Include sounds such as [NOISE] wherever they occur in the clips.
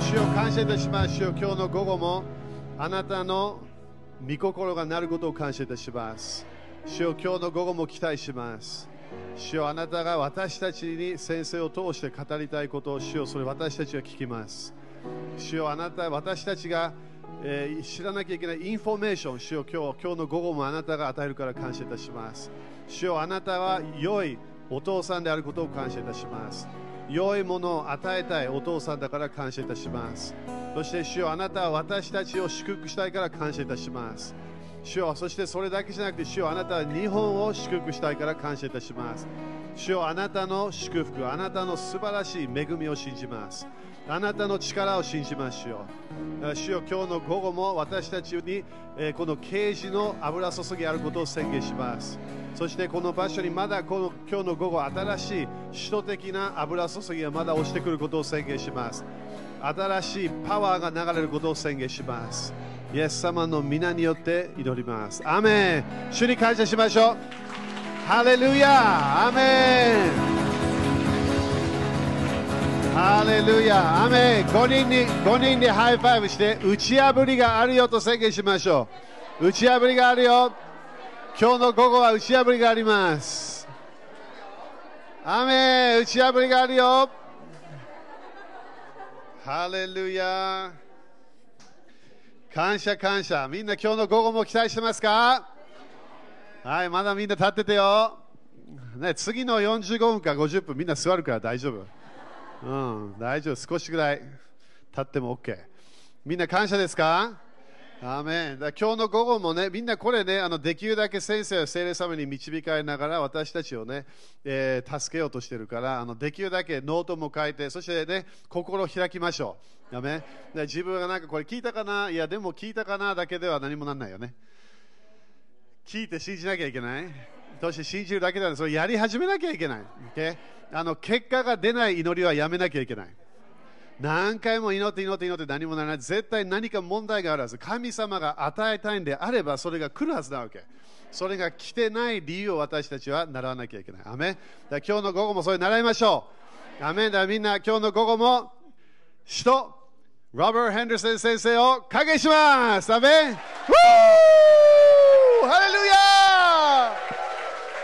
謝いたしましょう。今日の午後もあなたの御心がなることを感謝いたします。主よ今日の午後も期待します。主よあなたが私たちに先生を通して語りたいことを主よそれ私たちは聞きます。主よあなた私たちが、えー知らなきゃいけないインフォメーション主よ今日今日の午後もあなたが与えるから感謝いたします主よあなたは良いお父さんであることを感謝いたします良いものを与えたいお父さんだから感謝いたしますそして主よあなたは私たちを祝福したいから感謝いたします主よそしてそれだけじゃなくて主よあなたは日本を祝福したいから感謝いたします主よあなたの祝福あなたの素晴らしい恵みを信じますあなたの力を信じましょう主よ今日の午後も私たちに、えーこの啓示の油注ぎあることを宣言しますそしてこの場所にまだこの今日の午後新しい使徒的な油注ぎがまだ押してくることを宣言します新しいパワーが流れることを宣言しますイエス様の皆によって祈りますアーメン主に感謝しましょうハレルヤアーメンハレルヤ、アーメン5人に、5人でハイファイブして、打ち破りがあるよと宣言しましょう。打ち破りがあるよ。今日の午後は打ち破りがあります。アーメン打ち破りがあるよ。ハレルヤ。感謝感謝。みんな今日の午後も期待してますかはい、まだみんな立っててよ。ね、次の45分か50分みんな座るから大丈夫。うん、大丈夫、少しぐらい経っても OK。みんな感謝ですかアーメンだから今日の午後もね、みんなこれね、あのできるだけ先生は聖霊様に導かれながら私たちをね、えー助けようとしてるからあの、できるだけノートも書いて、そしてね、心を開きましょう。アーメンだから自分がなんかこれ聞いたかないや、でも聞いたかなだけでは何もなんないよね。聞いて信じなきゃいけない。そして信じるだけではなくそれやり始めなきゃいけない。OK？あの結果が出ない祈りはやめなきゃいけない。何回も祈って祈って祈って何もならない。絶対何か問題があるはず。神様が与えたいんであればそれが来るはずなわけ。それが来てない理由を私たちは習わなきゃいけない。アメンだから今日の午後もそれ習いましょう。アメンだからみんな今日の午後も首都ロバート・ヘンダーソン先生を影します。アメン Woo! ハレルヤ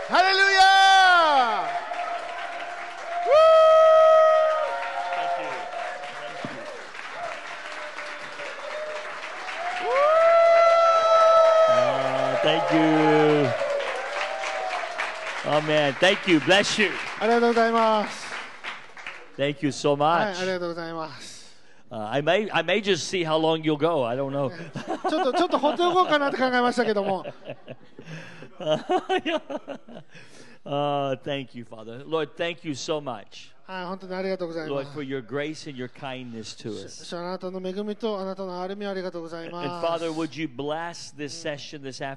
ハレルヤ Woo! Ah, thank you. Oh man, thank you. Bless you. ありがとうございます。 Thank you so はい、 much. ありがとうございます。 Uh, I may I may just see how long you'll go. I don't know. ちょっとちょっと放っておこうかなって考えましたけ [LAUGHS] ども、 uh, thank you, Father. Lord, thank you so much. はい、本当にありがとうございま Lord, す for。your grace and your kindness to そ us. してあなたの恵みとあなたの歩みをありがとうござい And ます。 Father, would you bless this session this 天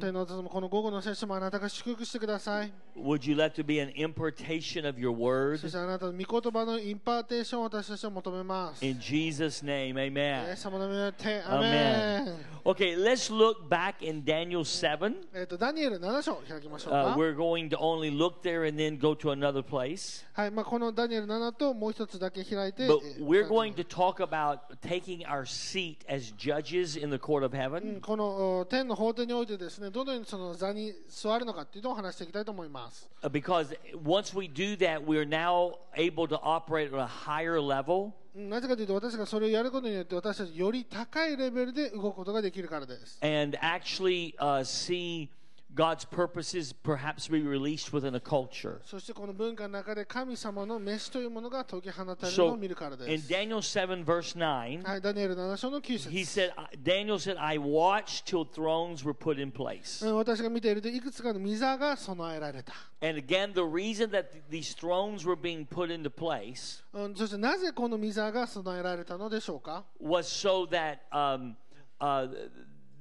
afternoon? のお父様、この午後のセッションもあなたが祝福してください。 Would you let there be an impartation of your word? そしてあなたの御言葉のインパーテーションを私たちは求めます。イ In Jesus' name, エ amen. ス様の名によって、アーメ Amen. ン。 Okay, let's look back in Daniel 7. えっとダニエル7章開きましょう Uh, か。 we're going to only look there and then go to another place. はい、まあこのダニエル7ともう一つだけ開いて、 But え we're going to talk about taking our seat as judges in the court of うん heaven. このお天の法廷においてですね、どのようにその座に座るのかっていうのを話していきたいと思います。 Uh, Because once we do that, we're now able to operate on a higher level. うんなぜかというと、私がそれをやることによって、私たちより高いレベルで動くことができるからです。 and actually uh, see God's purposes perhaps be released within a culture. そしてこの文化の中で神様の飯というものが解き放たれるの So を見るからで in す。 Daniel 7, verse 9, はい、ダニエル7章の9 he said, 節 Daniel said, I watched till thrones were put in place. うん私が見ているといくつかの御座が備えられた、 And again, the reason that th- these thrones were being put into place うん、そしてなぜこの御座が備えられたのでしょうか was so that um, uh,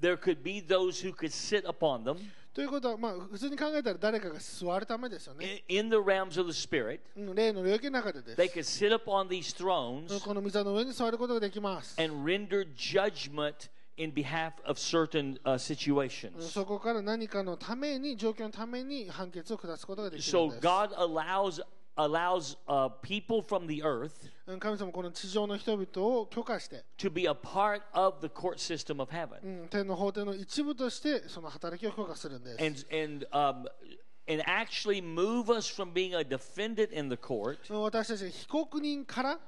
there could be those who could sit upon them ということは、まあ、普通に考えたら誰かが座るためですよね、 i- in the realms of the spirit. うん、霊の領域の中でです They could sit upon these うん thrones この御座の上に座ることができます、 and render judgment in behalf of certain uh, うん situations. そこから何かのために状況のために判決を下すことができる So んです God allows allows uh, people from the earth うん神様この地上の人々を許可して、 to be a part of the court system of う heaven. ん天の法廷の一部としてその働きを許可するんです。 And, and, um, and actually move us from being a defendant in the court 私たち被告人から、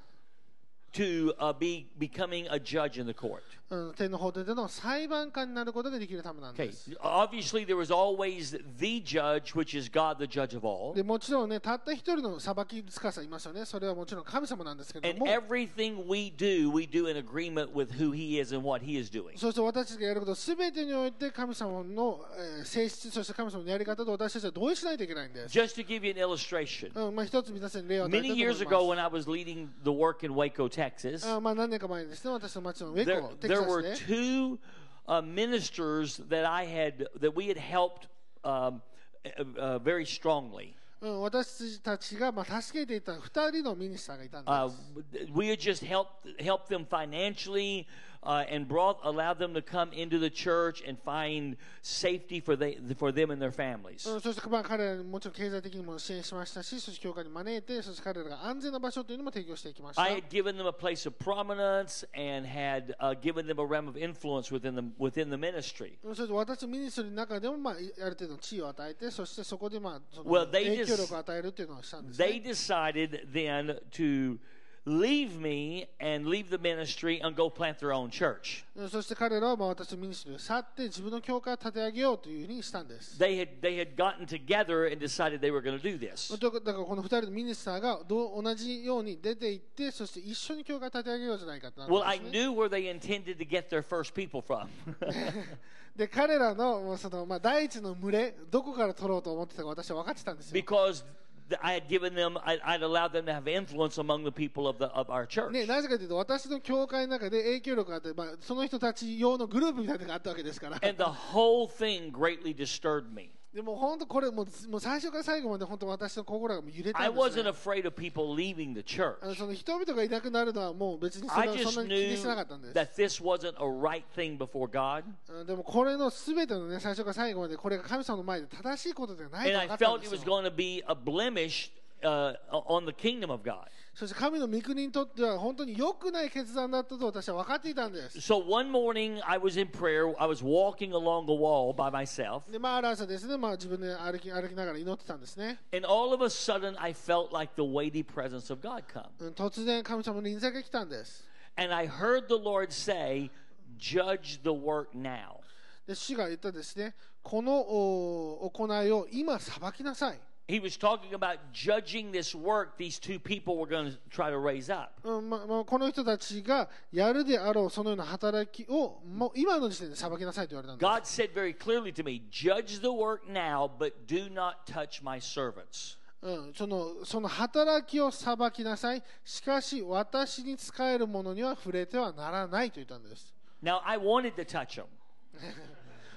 to uh, be becoming a judge in the court. うん天の法廷での裁判官になることができるためなん Okay. です。 Obviously, there was always the judge, which is God, the judge of all. でもちろんね、たった一人の裁き司いますよね。それはもちろん神様なんですけど And も、 everything we do, we do in agreement with who He is and what He is doing. そして私たちがやることすべてにおいて神様の、えー性質、そして神様のやり方と私たちは同意しないといけないんです。 Just to give you an illustration, うんまあ、一つ皆さんに例を与えた many いと思 years い ago ま when I was leading the work in Waco, Texas, す。あまあ、何年か前にですね、私の町のウェ there, コ、テキ there サス were で、 two uh, ministers that I had that we had helped um, uh, uh, very strongly. うん、私たちが、まあ、助けていた二人のミニスターがいたんです。 Uh, we had just helped helped them financially uh, and brought allowed them to come into the church and find safety for they for them and their families. うんそして、まあ、彼らにもちろん経済的にも支援しましたし、そして教会に招いて、そして彼らが安全な場所というのも提供していきました I。had given them a place of prominence and had uh, given them a realm of influence within the within the ministry. うんそして私のミニストリーの中でも、まあ、いある程度の地位を与えて、そしてそこで、まあ、その Well, they 影 just- 響力を与えるというのをしたんです、 They ね。 decided then to leave me and leave the ministry and go plant their own church. うんそして彼らは、まあ、私のミニストリーを去って、自分の教会を立て上げようというふうにしたんです。 They had they had gotten together and decided they were going to do this. だからだからこの二人のミニスターがどう同じように出て行って、そして一緒に教会を立て上げようじゃないかとなるんで Well, す、ね。 I knew where they intended to get their first people from. [LAUGHS] で彼らのもうその、まあ、第一の群れどこから取ろうと思ってたか私は分かってたんですよ、 because th- I had given them, I, I'd allowed them to have influence among the people of the of our church. ね、なぜかというと私の教会の中で影響力があって、まあ、その人たち用のグループみたいなのがあったわけですから And the whole thing greatly disturbed me. でも本当これもうずもう最初から最後まで本当私の心がもう揺れた I んです、 wasn't ね、 afraid of people leaving the church. あのその人々がいなくなるのはもう別にそ I れはそ just んなに気 knew にしてなかったんです that this wasn't a right thing before God. うんでもこれの全てのね最初から最後までこれが神様の前で正しいことではない And I と分かったん felt で it す was よ going to be a blemish uh, on the kingdom of God. そして神の御国にとっては本当に良くない決断だったと私は分かっていたんです So one morning I was in prayer. I was walking along a wall by myself. でまあ、ある朝ですね、まあ、自分で歩き歩きながら祈ってたんですね、 And all of a sudden, I felt like the weighty presence of God come. うん、突然神様の臨在が来たんです And I heard the Lord say, Judge the work now. で主が言ったですねこのお行いを今裁きなさい、 He was talking about judging this work these two people were going to try to raise up. うんままこの人たちがやるであろうそのような働きをもう今の時点で裁きなさいと言われたんです God said very clearly to me, Judge the work now, but do not touch my servants. うん、そのその働きを裁きなさいしかし私に仕えるものには触れてはならないと言ったんです Now, I wanted to touch them.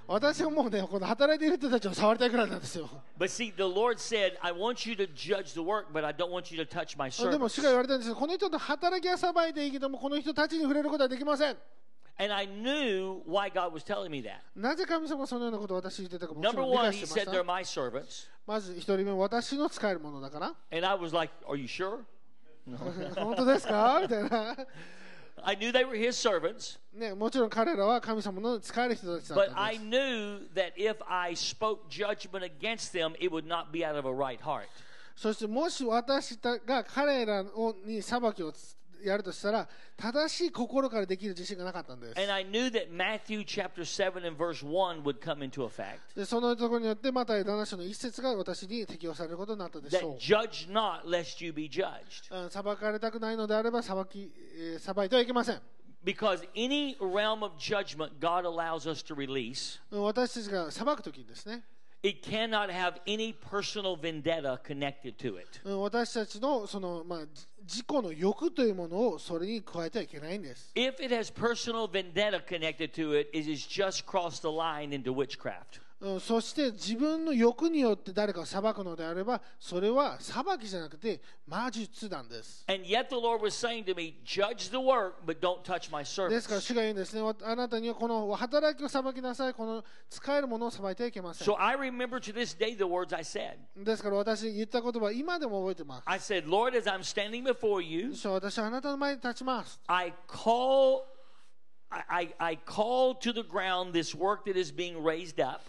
私はもうねこの働いている人たちを触りたいくらいなんですよ But see, the Lord said, I want you to judge the work, but I don't want you to touch my で servants. も主が言われたんですよこの人の働きはさばいていいけどもこの人たちに触れることはできません And I knew why God was telling me that. なぜ神様はそのようなことを私に言ってたかもち Number ろん理 one, 解し He て said, ま They're した my servants. まず一人目私の使えるものだから [LAUGHS] And I was like, Are you sure? 本当ですかみたいな I knew they were His servants. ねもちろん彼らは神様の使える人たちだ But ったん I です knew that if I spoke judgment against them, it would not be out of a right heart. そしてもし私たが彼らをに裁きをつやるとしたら正しい心からできる自信がなかったんです And I knew that Matthew chapter 7 and verse 1 would come into effect. でそのところによってまた7章の一節が私に適用されることになったでしょう That judge not lest you be judged. うん裁かれたくないのであれば裁き、えー裁いてはいけません Because any realm of judgment God allows us to release, うん私たちが裁くときにですね it cannot have any personal vendetta connected to it. うん私たちのその、まあ、じ自己の欲というものをそれに加えてはいけないんです If it has personal vendetta connected to it, it has just crossed the line into witchcraft. うんそして自分の欲によって誰かを裁くのであればそれは裁きじゃなくて魔術なんです And yet the Lord was saying to me, Judge the work, but don't touch my です servants. から主が言うんですねわあなたにはこの働きを裁きなさいこの使えるものを裁いてはいけません So I remember to this day the words I said. ですから私言った言葉今でも覚えてます I said, Lord, as I'm standing before you, 主は私はあなたの前に立ちます I call I, I, I call to the ground this work that is being raised up,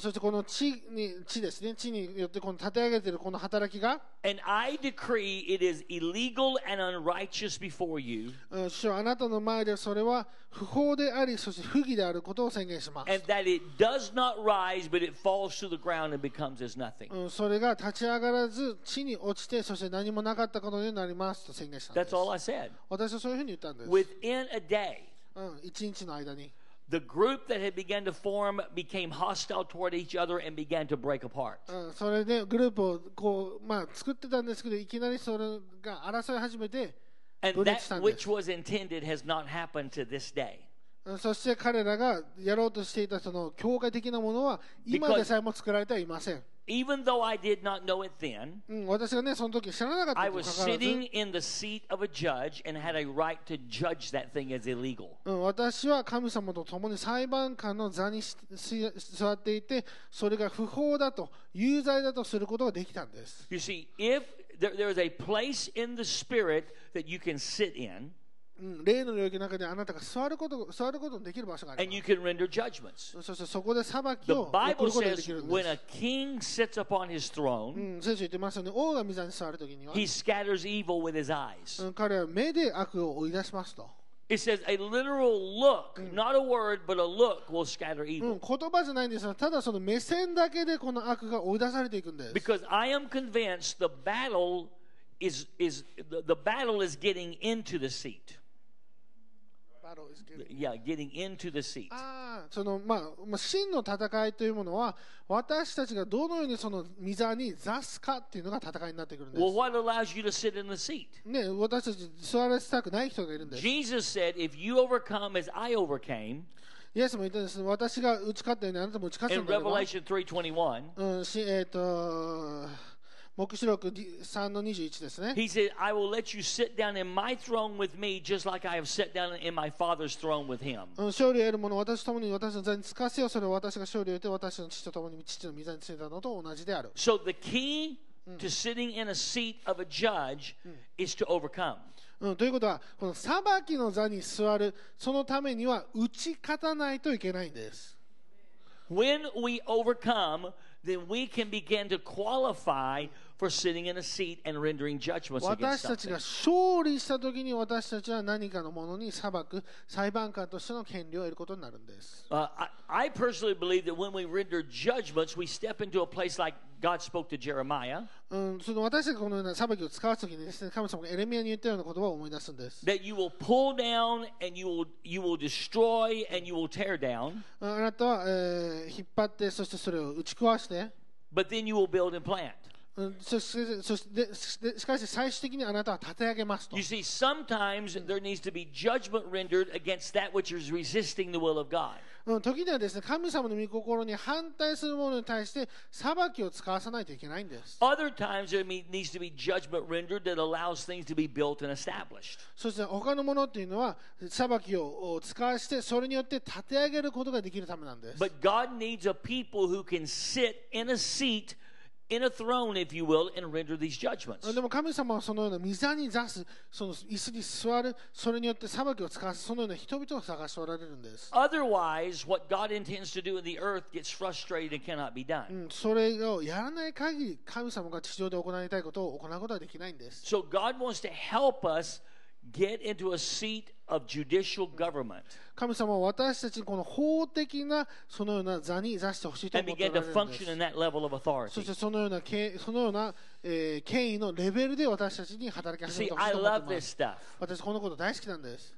そしてこの地に地ですね地によってこの立て上げているこの働きが and I decree it is illegal and unrighteous before you, うん主はあなたの前でそれは不法でありそして不義であることを宣言します and that it does not rise, but it falls to the ground and becomes as nothing. うんそれが立ち上がらず地に落ちてそして何もなかったことになりますと宣言したんです That's all I said. 私はそういうふうに言ったんです、 Within a day, うん、一日の間に the group that had begun to form became hostile toward each other and began to break apart. うんそれでグループをこう、まあ、作ってたんですけどいきなりそれが争い始めて And 分裂 that したんです which was intended has not happened to this day. うんそして彼らがやろうとしていたその教会的なものは今でさえも作られてはいません、 Even though I did not know it then, うん、私がねその時知らなかった I にも was かかわらず sitting in the seat of a judge and had a right to judge that thing as illegal. うん、私は神様と共に裁判官の座にしし座っていてそれが不法だと有罪だとすることができたんです You see, if there, there is a place in the spirit that you can sit in うん、霊の領域の中であなたが座ること座ることのできる場所があ and り you can render judgments. ますそしてそこで裁き The を送 Bible ることがで says きるん when で a す、 king sits upon his う throne, ん、聖書言ってますよね王が御座に座るときには、 he scatters evil with his eyes. うん、彼は目で悪を追い出しますと、 It says a literal look, not a word, but a look will scatter う evil. ん、言葉じゃないんですがただその目線だけでこの悪が追い出されていくんです Because I am convinced the battle is is the, the battle is getting into the seat. Battle is getting- Yeah, getting into the seat. ああそのまあまあ真の戦いというものは私たちがどのようにその御座に座すかっていうのが戦いになってくるんで Well, す。 what allows you to sit in the seat? ね、私たち座らせたくない人がいるんです。 Jesus said, "If you overcome as I overcame," イエスも言ったんです。私が打ち勝ったようにあなたも打ち勝つ in んだば Revelation 3:21, うん、しえっ、と、黙示録3の21ですね。 he said, "I will let you sit down in my throne with me, just like I have sat down in my Father's throne with him." うん、勝利を得る者を私と共に私の座につかせよ。それを私が勝利を得て私の父と共に父の御座についたのと同じである。 So the key to sitting in a seat of a judge is to overcome. うん、ということは、この裁きの座に座る、そのためには打ち勝たないといけないんです。 When we overcome, then we can begin to qualify for sitting in a seat and rendering judgments 私 against たち something. が勝利したときに私たちは何かのものに裁く裁判官としての権利を得ることになるんです。 Uh, I, I personally believe that when we render judgments, we step into a place like God spoke to Jeremiah, うん、その私たちがこのような裁きを使うときにですね、神様がエレミアに言ったような言葉を思い出すんです。 that you will pull down and you will you will destroy and you will tear down, うんあなたは、えー引っ張って、そしてそれを打ち壊して、 but then you will build and plant. うん、そしてそしてでしでしかし最終的にあなたは立て上げますと You。see, sometimes there needs to be judgment rendered against that which is resisting the will of God. うん、時にはですね、神様の御心に反対するものに対して裁きを使わさないといけないんです。 Other times there me- needs to be judgment rendered that allows things to be built and established. そして他のものっていうのは裁きをお使わしてそれによって立て上げることができるためなんです。 But God needs a people who can sit in a seat, in a throne, if you will, and render these judgments. でも神様はそのような御座に座す、その椅子に座る、それによって裁きを使わす、そのような人々を探しておられるんです。 Otherwise, what God intends to do in the earth gets frustrated and cannot be う done. んそれをやらない限り神様が地上で行いたいことを行うことはできないんです。 So God wants to help us get into a seat of judicial government 神様は私たちにこの法的なそのような座に座してほしいと and 思って begin おら to れるんで function す in。that level of そ authority. してそのようなけそのような、えー権威のレベルで私たちに働き始め See, てほしい I と思っ love てま this す。 stuff 私このこと大好きなんです。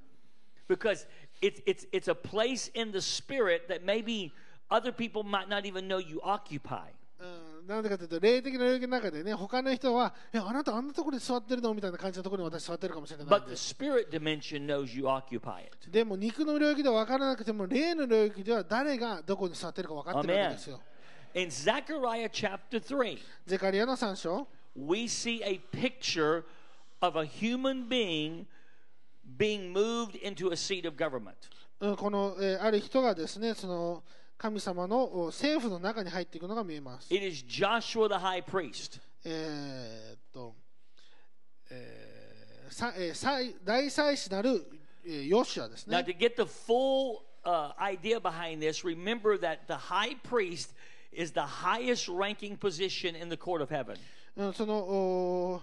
because it's it's it's a place in the spirit that maybe other people might not even know you occupy. うんなんでかというと、霊的な領域の中でね、他の人は、え、あなたあんなところで座ってるのみたいな感じのところに私座ってるかもしれないん But で the す。 spirit dimension knows you occupy it. でも肉の領域では分からなくても、霊の領域では誰がどこに座ってるか分かってるわけですよ。 In Zechariah chapter 3, ゼカリアの3章 we see a picture of a human being being moved into a seat of government. うんこの、えーある人がですねその神様のお政府の中に入っていくのが見えます。 It is Joshua the high priest. えーっと、えーさえー祭大祭司なる、えーヨシュアです Now, ね to。get the full uh, idea behind this, remember that the high priest is the highest ranking position in the court of heaven. うんそのおー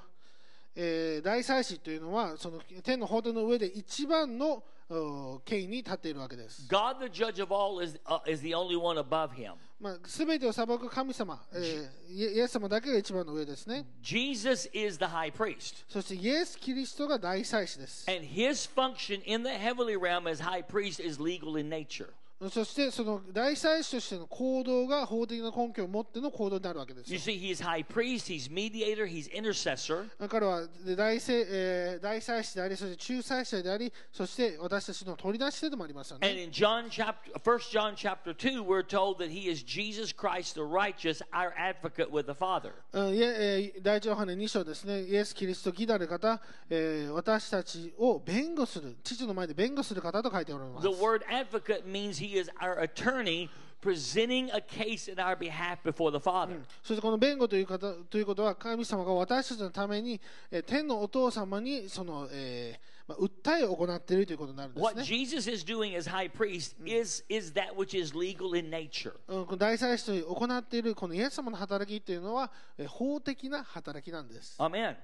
えー大祭司というのはその天の法廷の上で一番のおー権威に立っているわけです。 God, the judge of all, is, uh, is the only one above him. まあ、全てを裁く神様、えーイエイエス様だけが一番の上ですね。 Jesus is the high priest. そしてイエス・キリストが大祭司です。 And his function in the heavenly realm as high priest is legal in nature. そしてその大祭司としての行動が法的な根拠を持っての行動になるわけです You よ。 see, he's high priest, he's mediator, he's intercessor. 彼はで大祭、えー大祭司であり、そして仲裁者であり、そして私たちの取り出し手でもありますよ And ね。 in John chapter 1 John chapter 2, we're told that he is Jesus Christ the righteous, our advocate with the Father. うんいええー第一ヨハネ2章ですね、イエス・キリスト、義なる方、えー私たちを弁護する、父の前で弁護する方と書いております The。word advocate means he is our attorney presenting a case in our behalf before the Father. そしてこの弁護という方ということは、神様が私たちのために、えー天のお父様にその、えーまあ、訴えを行っているということになるんです What ね。 Jesus is doing as high priest is is that which is legal in nature. うんこの大祭司と行っているこのイエス様の働きというのはえー法的な働きなんです。 Amen.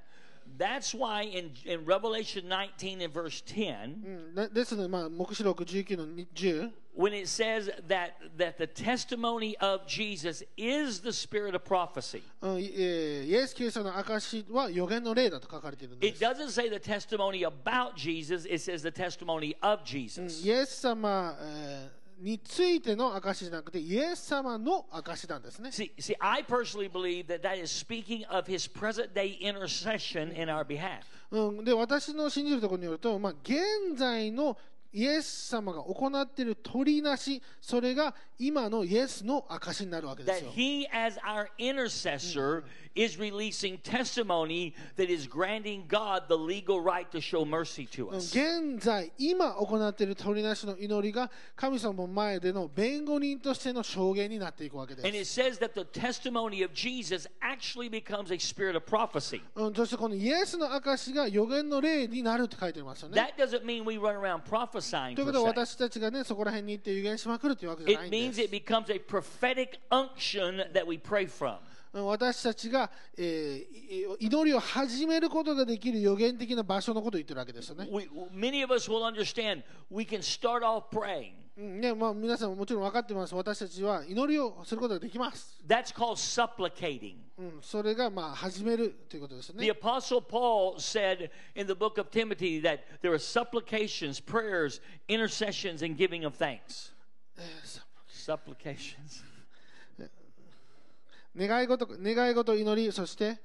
That's why in, in Revelation 19 and verse 10, うんでですので、まあ、黙示録19の10、 when it says that, that the testimony of Jesus is the spirit of prophecy, うんいえーイエス・キリストの証は予言の霊だと書かれているんで it す。 doesn't say the testimony about Jesus, it says the testimony of うん Jesus. イエス様、えーについての証じゃなくて、イエス様の証なんですね。 See, see, I personally believe that that is speaking of his present day intercession in our behalf. うん、で私の信じるところによると、まあ、現在のイエス様が行っている取りなし、それが今のイエスの証になるわけで That すよ。 he, as our intercessor, is releasing testimony that is granting God the legal right to show mercy to うん us. 現在、今行っている取りなしの祈りが神様の前での弁護人としての証言になっていくわけ And で it す。 says that the testimony of Jesus actually becomes a spirit of prophecy. うん、そしてこのイエスの証が予言の霊になるって書いてありますよね。 That doesn't mean we run around prophesying. という per こと se. は私たちがね、そこら辺に行って予言しまくるというわけじゃな It いんで means す it。becomes a prophetic unction that we pray from. うん私たちが、えーい祈りを始めることができる予言的な場所のことを言ってるわけですよね。 We, many of us will understand we can start off praying. うんねまあ、皆さんももちろん分かってます。私たちは祈りをすることができます。 That's called supplicating. うん、それが、まあ、始めるということですよね The。Apostle Paul said in the book of Timothy that there are supplications, prayers, intercessions, and giving of thanks. supplications. 願い事、願い事、祈り、そして、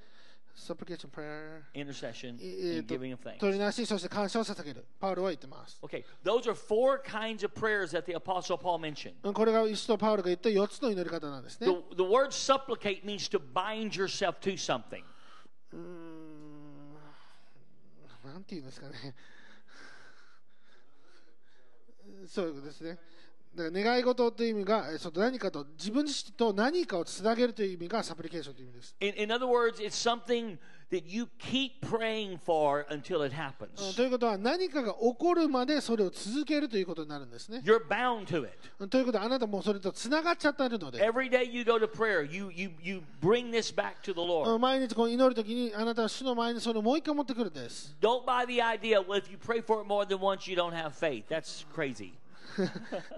supplication prayer、 Intercession え and giving ー of と thanks. 取りなし、そして感謝を捧げる。パウロは言ってます。 Okay, those are four kinds of prayers that the Apostle Paul mentioned. うんこれが使徒パウロが言った4つの祈り方なんですね。 The, the word supplicate means to bind yourself to something. うーんなんて言うんですかね。 [LAUGHS] そういうことですね。だから願い事という意味が、えーその何かと、自分自身と何かをつなげるという意味がサプリケーションという意味です。 In, in other words, it's something that you keep praying for until it うん happens. ということは何かが起こるまでそれを続けるということになるんですね。 You're bound to it. うんということはあなたもうそれとつながっちゃってるので。 Every day you go to prayer, you, you, you bring this back to the う Lord. ん毎日こう祈るときにあなたは主の前にそれをもう一回持ってくるんです。 Don't buy the idea, well, if you pray for it more than once, you don't have faith. That's crazy.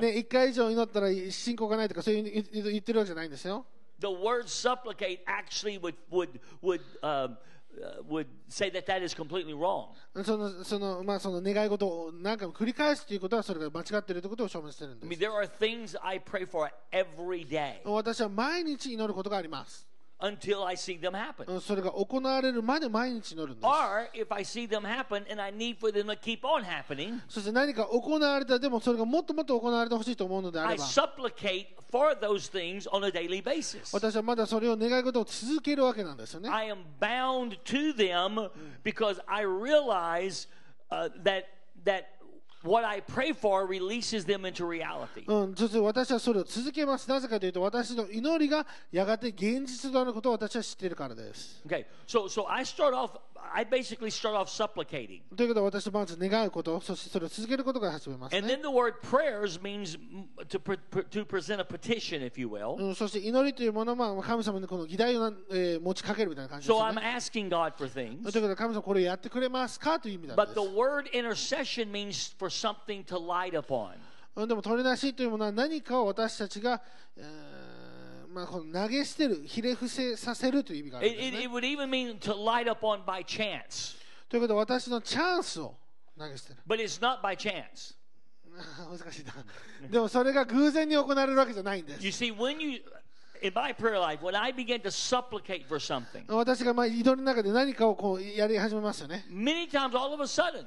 ね、一回以上祈ったら信仰がないとかそういう言言言ってるわけじゃないんですよ。 The word supplicate actually would, would, would, um, uh, would say that that is completely wrong. そのそのまあその願い事を何回も繰り返すということはそれが間違っているということを証明してるん I で mean, す。Um, there are things I pray for every day. 私は毎日祈ることがあります。 until I see them happen. うんそれが行われるまで毎日乗るんです Or if I see them happen and I need for them to keep on happening, そして何か行われたでもそれがもっともっと行われてほしいと思うのであ I れば supplicate for those things on a daily basis. 私はまだそれを願い事を続けるわけなんですよね I am bound to them because I realize uh, that that what I pray for releases them into reality. うん、そして私はそれを続けます。なぜかというと、私の祈りがやがて現実となることを私は知っているからです。 Okay, so so I start off. I basically start off supplicating, ということは、私はまず願うこと、そしてそれを続けることから始めます and ね then。the word prayers means mm, to pre- pre- to present a petition, if you will. うん、そして祈りというものは、まあ神様にこの議題をな、えー持ちかけるみたいな感じで So すよ I'm ね。 asking God for という things. ことで、神様これをやってくれますかという意味なんで But す the。word intercession means for something to light upon. うん、でも、取りなしというものは何かを私たちが、えーまあ、この投げ捨てる、ひれ伏せさせるという意味があ It, るんです it, ね。 it would even mean to light upon by chance, ということで、私のチャンスを投げ捨てる。 [LAUGHS] but it's not by chance. 難しいな。でもそれが偶然に行われるわけじゃないんです You。see, when you, in my prayer life, when I begin to supplicate for something, 私がまあ祈りの中で何かをこうやり始めますよね。 many times all of a sudden,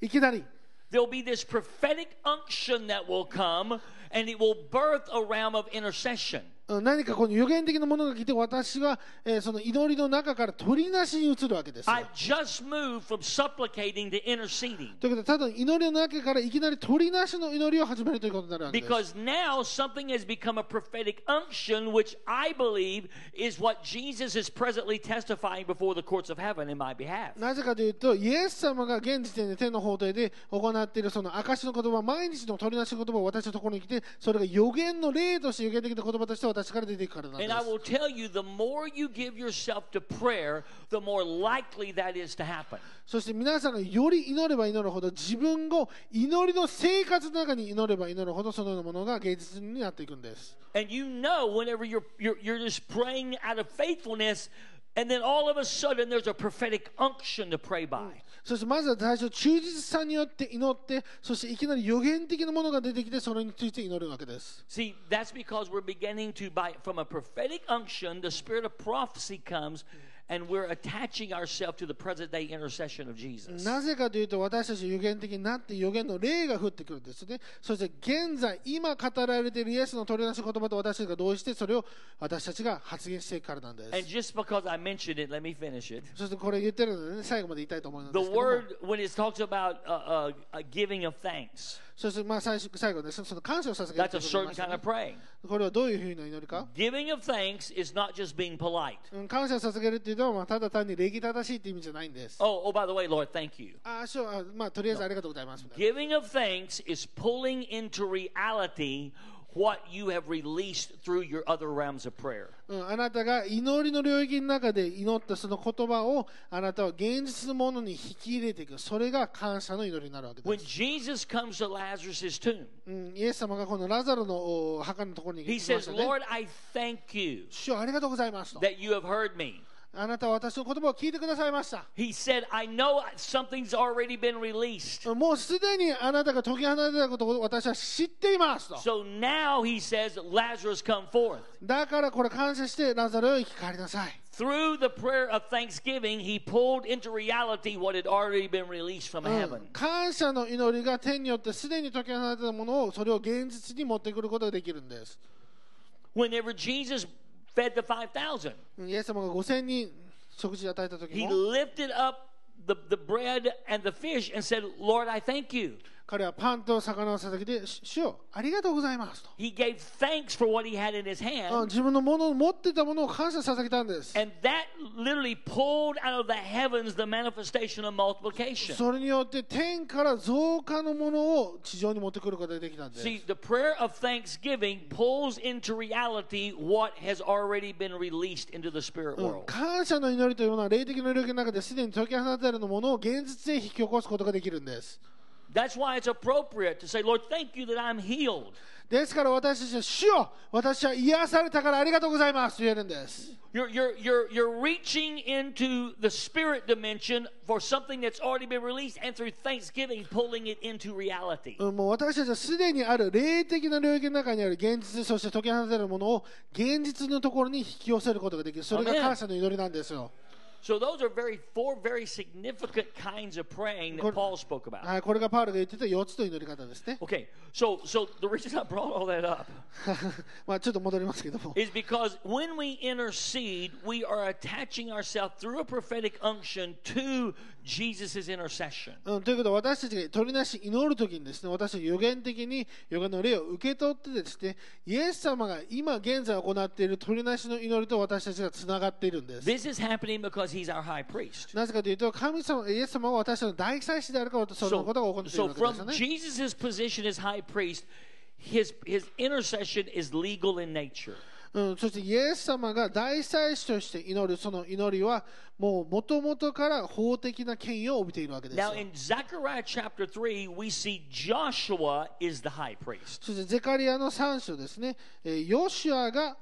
いきなり。 there'll be this prophetic unction that will come and it will birth a realm of intercession. うん何かこの予言的なものが来て私は、えーその祈りの中から取りなしに移るわけですよ。 I've just moved from supplicating to interceding ということで、ただ祈りの中からいきなり取りなしの祈りを始めるということになるわけです。 because now something has become a prophetic unction, which I believe is what Jesus is presently testifying before the courts of heaven in my behalf. なぜかというと、イエス様が現時点で天の法廷で行っているその証の言葉、毎日の取りなしの言葉を私のところに来て、それが予言の例として予言的な言葉として私から出ていくからなんで And I す。 will tell you, the more you give yourself to prayer, the more likely that is to happen. そして皆さんがより祈れば祈るほど自分を祈りの生活の中に祈れば祈るほどそのようなものが芸術になっていくんです。 And you know, whenever you're, you're, you're just praying out of faithfulness, and then all of a sudden there's a prophetic unction to pray by. そしてまずは最初忠実さによって祈ってそしていきなり予言的なものが出てきてそれについて祈るわけです。 See, that's because we're beginning to, by, from a prophetic unction, the spirit of prophecy comes, and we're attaching ourselves to the present day intercession of Jesus. なぜかというと私たち予言的になって予言の霊が降ってくるんですね。そして現在今語られているイエスの取りなし言葉と私たちが同意してそれを私たちが発言していくからなんで And す。 just because I mentioned it, let me finish it. そしてこれ言ってるので、ね、最後まで言いたいと思うんです The けども word, when it talks about uh, uh, uh, giving of thanks, そしてまあ最初最後ですねその感謝をさせていただ that's き a ました certain kind ね of praying. これはどういうふうな祈りか、 Giving of thanks is not just being polite. うん、感謝を捧げるっていうのは、まあ、ただ単に礼儀正しいっていう意味じゃないんです。あ Oh, oh, by the way, Lord, thank you. あ、そうあまあ、とりあえずありがとうございますみたいな。 Giving of thanks is pulling into reality what you have released through your other realms of prayer. うん、あなたが祈りの領域の中で祈ったその言葉をあなたは現実のものに引き入れていくそれが感謝の祈りになるわけで When す、 Jesus comes to Lazarus' tomb, うん、イエス様がこのラザロのお墓のところに行き he まし says, たね Lord, I thank you 主よありがとうございますと that you have heard me. あなたは私の言葉を聞いてくださいました He said, I know something's already been released. うんもうすでにあなたが解き放たれたことを私は知っていますと So now he says, Lazarus, come forth. だからこれ感謝してラザロを生き返りなさい Through the prayer of thanksgiving, he pulled into reality what had already been released from うん heaven. 感謝の祈りが天によってすでに解き放たれたものをそれを現実に持ってくることができるんです Whenever Jesus fed the 5,000, うんイエス様が5000人食事を与えた時 he も lifted up the, the bread and the fish and said, Lord, I thank you. 彼はパンと魚を捧げて「し主よありがとうございます」と、 He gave thanks for what he had in his うん hand. 自分のものを持ってたものを感謝捧げたんです And that literally pulled out of the heavens the manifestation of multiplication. それによって天から増加のものを地上に持ってくることができたんです See, the prayer of thanksgiving pulls into reality what has already been released into the spirit うん world. 感謝の祈りというものは霊的な領域の中ですでに解き放たれるものを現実へ引き起こすことができるんです That's why it's appropriate to say, Lord, thank you that I'm healed. ですから私たちは主よ私は癒されたからありがとうございますと言えるんです You're, you're, you're, you're reaching into the spirit dimension for something that's already been released, and through thanksgiving, pulling it into reality. うんもう私たちはすでにある霊的な領域の中にある現実そして解き放たれるものを現実のところに引き寄せることができるそれが Amen. 感謝の祈りなんですよ So, those are very four very significant kinds of praying that Good. Paul spoke about. はいこれがパウロが言ってた4つの祈り方ですね Okay, so, so the reason I brought all that up まあちょっと戻りますけども is because when we intercede, we are attaching ourselves through a prophetic unction to Jesus' intercession. うん、ということで私たちが取りなし祈るときにですね私たちは予言的に予言の霊を受け取ってですねイエス様が今現在行っている取りなしの祈りと私たちがつながっているんです This is happening because he's our high priest. なぜかというと神様イエス様は私たちの大祭司であるからその So, ことが起こっている so わけです from よね Jesus' position as high priest, his, his intercession is legal in nature. うん、そしてイエス様が大祭司として祈るその祈りはもう元々から法的な権威を帯びているわけです Now, よ in Zechariah chapter 3, we see Joshua is the high priest. そしてゼカリアの3章ですね、えーヨシュアが、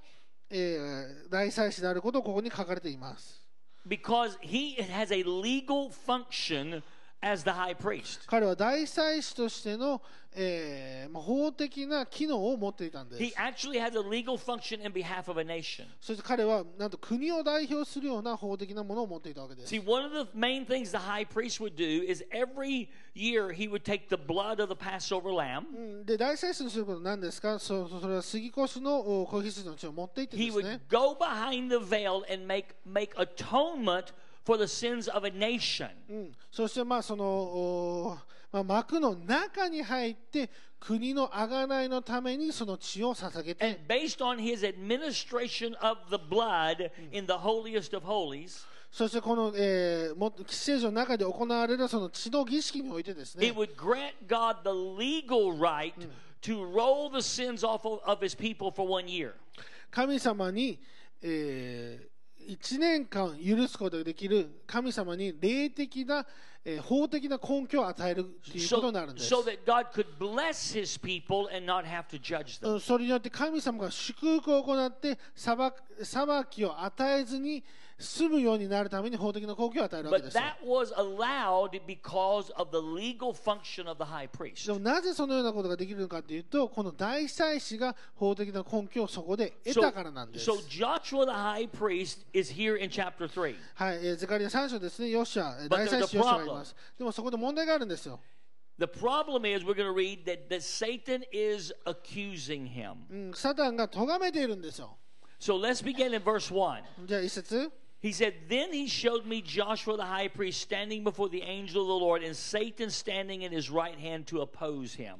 えー大祭司であることをここに書かれています because he has a legal function as the high priest. 彼は大祭司としての、えーまあ、法的な機能を持っていたんです He actually has a legal function in behalf of a nation. そして彼はなんと国を代表するような法的なものを持っていたわけです See, one of the main things the high priest would do is every year he would take the blood of the Passover lamb, うんで大祭司のすることは何ですかそそそれは杉越のお子羊の血を持っていってで he す would ね go behind the veil and make, make atonement for the sins of a nation. うんそしてまあその、おまあ、幕の中に入って国の贖いのためにその血を捧げて And based on his administration of the blood in the holiest of holies, そしてこの、えー、も寄生所の中で行われるその血の儀式においてですね it would grant God the legal right to roll the sins off of, of his people for one year. 神様に、え1年間許すことができる神様に霊的な、えー法的な根拠を与えるというこ So, とになるんです so that God could bless his people and not have to judge them. うんそれによって神様が祝福を行って裁く裁きを与えずに済むようになるために法的な根拠を与えるわけで But すよ that was allowed because of the legal function of the high priest. でもなぜそのようなことができるのかというとこの大祭司が法的な根拠をそこで得たからなんです so Joshua the high priest is here in chapter 3. はい、えーゼカリア3章ですね、ヨシャ、え But ー大 there's 祭司 a ヨシャ problem. がいます。でもそこで問題があるんですよ。 The problem is, we're going to read that, that Satan is accusing him. うん、サタンが咎めているんですよ。 So let's begin in verse 1. じゃあ一節 He said, Then he showed me Joshua the high priest standing before the angel of the Lord, and Satan standing in his right hand to oppose him.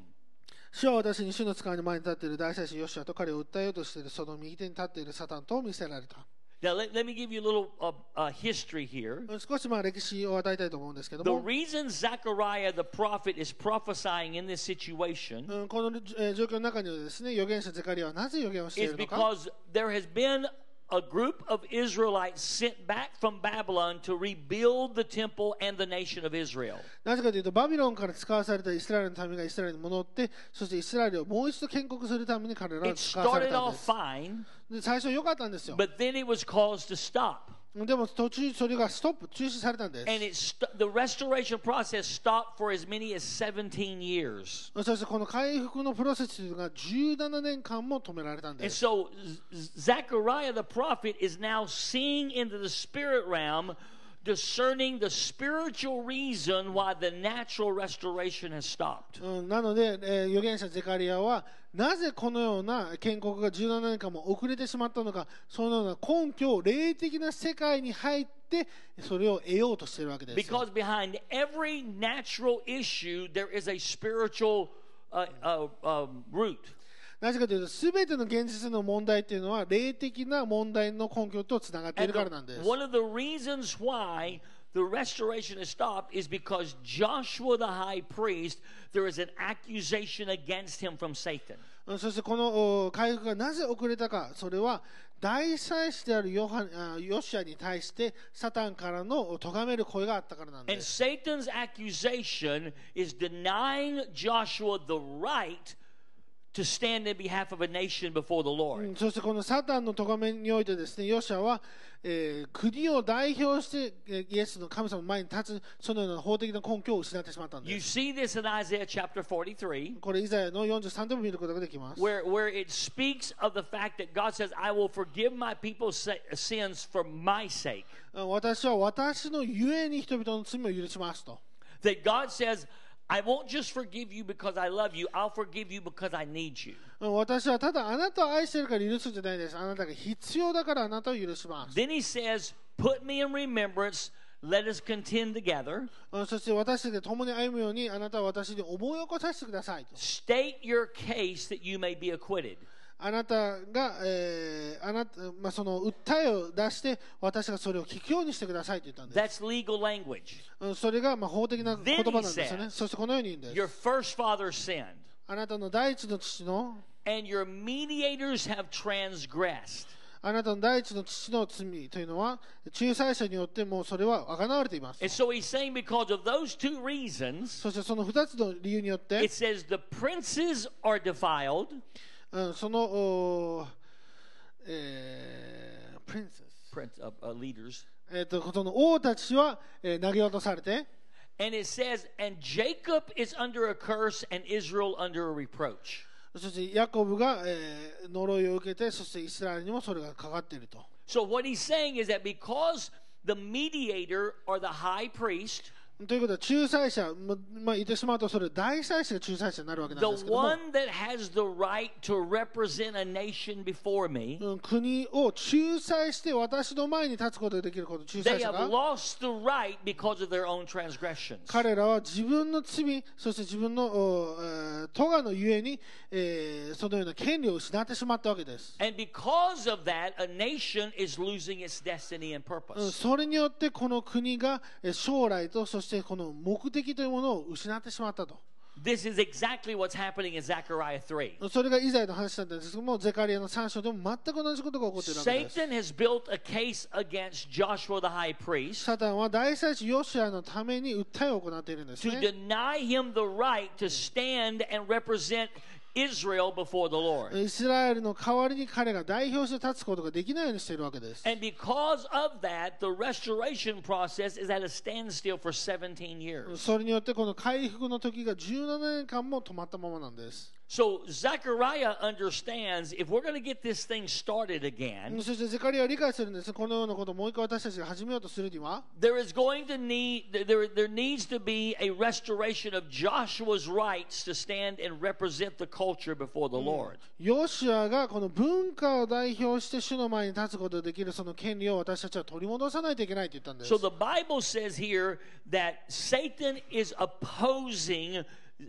主は私に主の使いの前に立っている大祭司ヨシュアと彼を訴えようとしているその右手に立っているサタンと見せられた。 Now, let, let me give you a little uh, uh, history here. うん少しまあ歴史を与えたいと思うんですけど The も、 reason Zechariah the prophet is prophesying in this situation うん、この、えー状況の中にはですね、預言者ゼカリアはなぜ預言をしてい is るのか。 because there has been a group of Israelites sent back from Babylon to rebuild the temple and the nation of Israel. なぜかというと、バビロンから使わされたイスラエルの民がイスラエルに戻って、そしてイスラエルをもう一度建国するために彼らは It 使わされ started たんで off す。 fine, で最初良かったんですよ。 but then it was caused to stop. でも途中それがストップ中止されたんです。 And it st- the restoration process stopped for as many as 17 years. そしてこの回復のプロセスが17年間も止められたんで And す。 so Z- Zechariah the prophet is now seeing into the spirit realm, discerning the spiritual reason why the natural restoration has stopped. うん、なので、えー預言者ゼカリアはなぜこのような建国が17年間も遅れてしまったのかそのような根拠を霊的な世界に入ってそれを得ようとしているわけですよ Because behind every natural issue, there is a spiritual uh, uh, um, root. なぜかというと全ての現実の問題というのは霊的な問題の根拠とつながってい And るからなんで the- す。 one of the reasons why the restoration has stopped is because Joshua the high priest, there is an accusation against him from Satan. うんそしてこのお回復がなぜ遅れたかそれは大祭司であるヨハネあヨシアに対してサタンからの咎める声があったからなんで And す。 Satan's accusation is denying Joshua the right to stand in behalf of a nation before the Lord. そしてこのサタンの咎めにおいてですね、ヨシアは、えー国を代表してえーイエスの神様の前に立つ、そのような法的な根拠を失ってしまったん You です。 see this in Isaiah chapter 43, これ、イザヤの43でも見ることができます。 where, where it speaks of the fact that God says, I will forgive my people's sa- sins for my sake. 私は私のゆえに人々の罪を許しますと。 That God says, I won't just forgive you because I love you, I'll forgive you because I need you. 私はただあなたを愛しているから許すんじゃないです。あなたが必要だからあなたを許します。 Then he says, Put me in remembrance, let us contend together, うんそして私たちで共に歩むようにあなたは私に思い起こさせてくださいと。 state your case that you may be acquitted. あなたが、えーあなたまあ、その訴えを出して私がそれを聞くようにしてくださいと言ったんで That's す。legal language. うんそれがまあ法的な言葉なんですよ Then he said, ね。そしてこのように言うんで Your す。 first father sinned, あなたの第一の父の and your mediators have transgressed. あなたの第一の父の罪というのは仲裁者によってもうそれは行われています。 And so he's saying because of those two reasons, そしてその2つの理由によって、 it says the princes are defiled, うん、その、おーえー、プリンセス、 prince, uh, uh, leaders, えっとその王たちは、えー投げ落とされて、 and it says, and Jacob is under a curse and Israel under a reproach. そしてヤコブが、えー呪いを受けて、そしてイスラエルにもそれがかかっていると。 So what he's saying is that because the mediator or the high priest, ということは、仲裁者、ままあ、言ってしまうと、それ、大祭司が仲裁者になるわけな the んですけども、 one that has the right to represent a nation before me, うん国を仲裁して、私の前に立つことができること、仲 they 裁者 have が、 lost the right because of their own transgressions. 彼らは自分の罪、そして自分の、おえー、咎のゆえに、えーそのような権利を失ってしまったわけです。 And because of that, a nation is losing its destiny and うん purpose. それによってこの国がえー将来とそしてこの目的というものを失ってしまったと This is exactly what's happening in Zechariah 3. それが以前の話だったんですけどもゼカリアの3章でも全く同じことが起こっているわけです Satan has built a case against Joshua the high priest サタンは大祭司ヨシアのために訴えを行っているんです to ね deny him the right to stand and represent Israel before the Lord. イスラエルの代わりに彼が代表して立つことができないようにしているわけです And because of that, the restoration process is at a standstill for 17 years. それによってこの回復の時が17年間も止まったままなんです So Zechariah understands if we're going to get this thing started again, そしてゼカリアは理解するんですこのようなことをもう一回私たちが始めようとするには there is going to need there there needs to be a restoration of Joshua's rights to stand and represent the culture before the Lord. ヨシアがこの文化を代表して主の前に立つことができるその権利を私たちは取り戻さないといけないと言ったんです So。the Bible says here that Satan is opposing uh,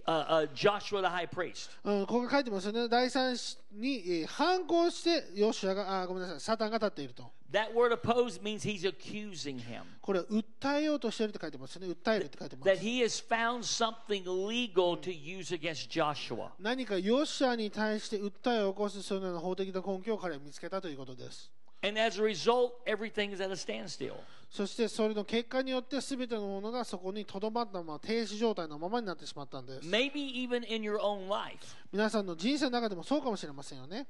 uh, Joshua the high priest. うん、ここが書いてますよね。第三子に、えー反抗してヨシアがあーごめんなさいサタンが立っていると。 That word opposed means he's accusing him. これは訴えようとしているって書いてますよね。訴えるって書いてま That す。 he has found something legal to use against Joshua. 何かヨシアに対して訴えを起こすそのような法的な根拠を彼は見つけたということです。 And as a result, everything is at a standstill. そしてそれの結果によって全てのものがそこにとどまったまま停止状態のままになってしまったんです。 Maybe even in your own life, 皆さんの人生の中でもそうかもしれませんよね。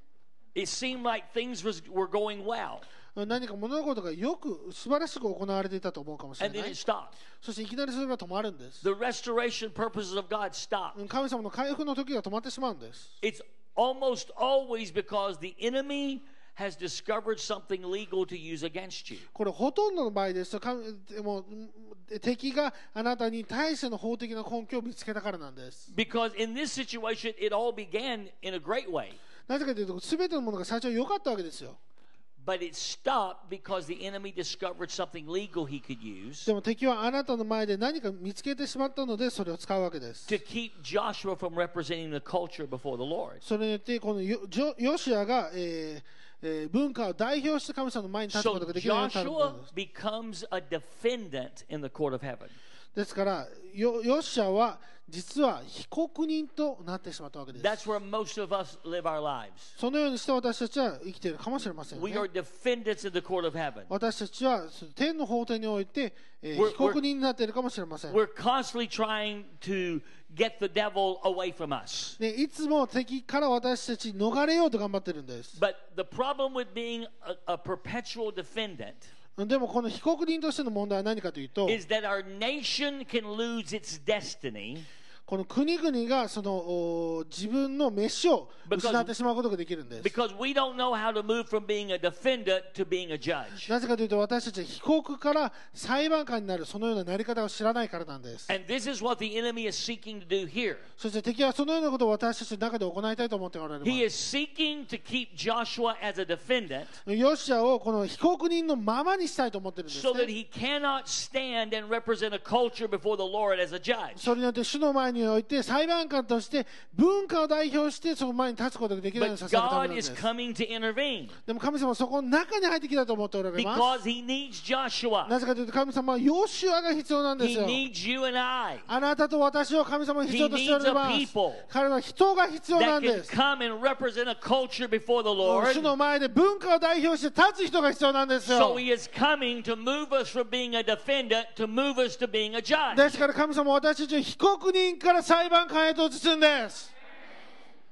it seemed like things was, were going well, 何か物事がよく素晴らしく行われていたと思うかもしれ and then ない it stopped. そしていきなりそれが止まるんです The restoration purposes of God stop. 神様の回復の時が止まってしまうんです It's almost always because the enemy has discovered something legal to use against you. これほとんどの場合ですと神でもうん敵があなたに対しての法的な根拠を見つけたからなんです Because in this situation, it all began in a great way, なぜかというと全てのものが最初は良かったわけですよ but it stopped because the enemy discovered something legal he could use でも敵はあなたの前で何か見つけてしまったのでそれを使うわけです to keep Joshua from representing the culture before the Lord. それによってこのヨジョヨシアが、えーえー文化を代表して神様の前に立つこ So とができるようになったんで Joshua す becomes a defendant in the court of heaven. ですからよヨッシャは実は被告人となってしまったわけです That's where most of us live our lives. そのようにして私たちは生きているかもしれませんよ We are ね defendants in the court of heaven. 私たちはその天の法廷において、えー We're- 被告人になっているかもしれません、 We're constantly trying to get the devil away from us. ね、いつも敵から私たち逃れようと頑張ってるんです But the problem with being a, a perpetual defendant でもこの被告人としての問題は何かというと is that our nation can lose its destiny この国々がそのお自分の飯を Because- 失ってしまうことができるんです because we don't know how to move from being a defendant to being a judge. なぜかというと私たちは被告から裁判官になるそのようななり方を知らないからなんです And this is what the enemy is seeking to do here. そして敵はそのようなことを私たちの中で行いたいと思っておられま He す is seeking to keep Joshua as a defendant ヨシアをこの被告人のままにしたいと思ってるんです、 so that ね、 he cannot stand and represent a culture before the Lord as a judge. それによって主の前において裁判官として文化を代表してその前に立つことができるよう But にさせるため God なんで is す coming to intervene でも神様はそこの中に入ってきたと思っておられます because he needs Joshua. なぜかというと神様はヨシュアが必要なんです He よ needs you and I あなたと私を神様に必要としておられま He needs a す people 彼は人が必要な that can んです come and represent a culture before the Lord. 主の前で文化を代表して立つ人が必要なんですよ So he is coming to move us from being a defendant to move us to being a judge. ですから神様は私たちを被告人から裁判官へと移すんです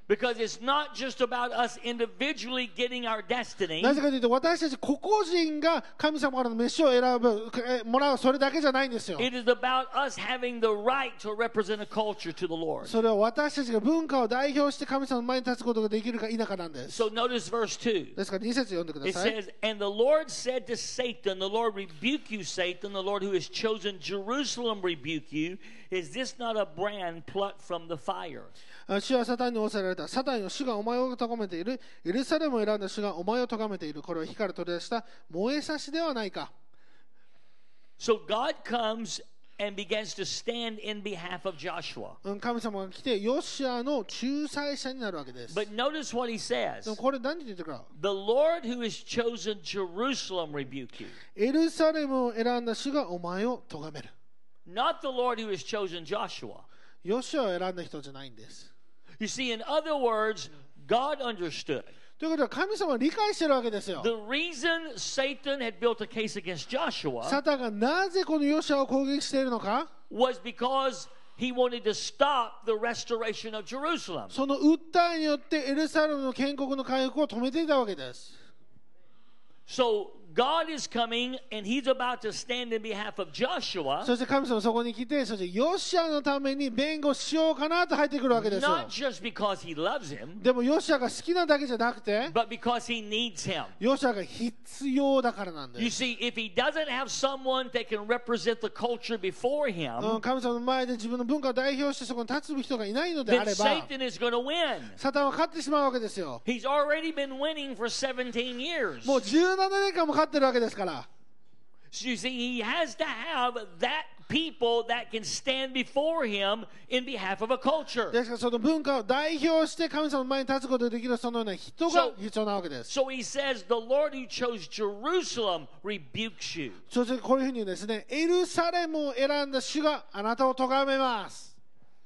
Because it's not just about us individually getting our destiny. なぜかというと私たち個々人が神様からの飯を選ぶえもらうそれだけじゃないんですよ It is about us having the right to represent a culture to the Lord. それは私たちが文化を代表して神様の前に立つことができるか否かなんです So notice verse 2. ですから2節読んでくだ It さい says, And the Lord said to Satan, The Lord rebuke you, Satan, the Lord who has chosen Jerusalem rebuke you. Is this not a brand plucked from the fire? 主はサタンに抑えられた。サタンよ、主がお前を咎めている。エルサレムを選んだ主がお前を咎めている。これは火から取り出した燃えさしではないか。 So God comes and begins to stand in behalf of Joshua. うん神様が来て、ヨシアの仲裁者になるわけです。で But notice what he says もこれ何て言ってるか。 The Lord who has chosen Jerusalem rebuke you. エルサレムを選んだ主がお前を咎める。 Not the Lord who has chosen Joshua. ヨシアを選んだ人じゃないんです。 You see, in other words, God understood. ということは神様は理解してるわけですよ。 The reason Satan had built a case against Joshua サタンがなぜこのヨシアを攻撃しているのか was because he wanted to stop the restoration of Jerusalem. その訴えによってエルサレムの建国の回復を止めていたわけです。 So God is coming and he's about to stand in behalf of Joshua, そして神様そこに来て、そしてヨシアのために弁護しようかなと入ってくるわけですよ not。just because he loves him, でもヨシアが好きなだけじゃなくて、 but because he needs him. ヨシアが必要だからなんで You す。 see, if he doesn't have someone that can represent the culture before う him, ん神様の前で自分の文化を代表してそこに立つ人がいないのであ then れば、 Satan is going to win. サタンは勝ってしまうわけですよ。 He's already been winning for 17 years. もう17年間も勝ってるわけですから。 So you see, he has to have that people that can stand before him in behalf of a culture. ですからその文化を代表して神様の前に立つことができるそのような人が So- 必要なわけです。 So he says, The Lord who chose Jerusalem rebukes you. そしてこういうふうにですね、エルサレムを選んだ主があなたを咎めます。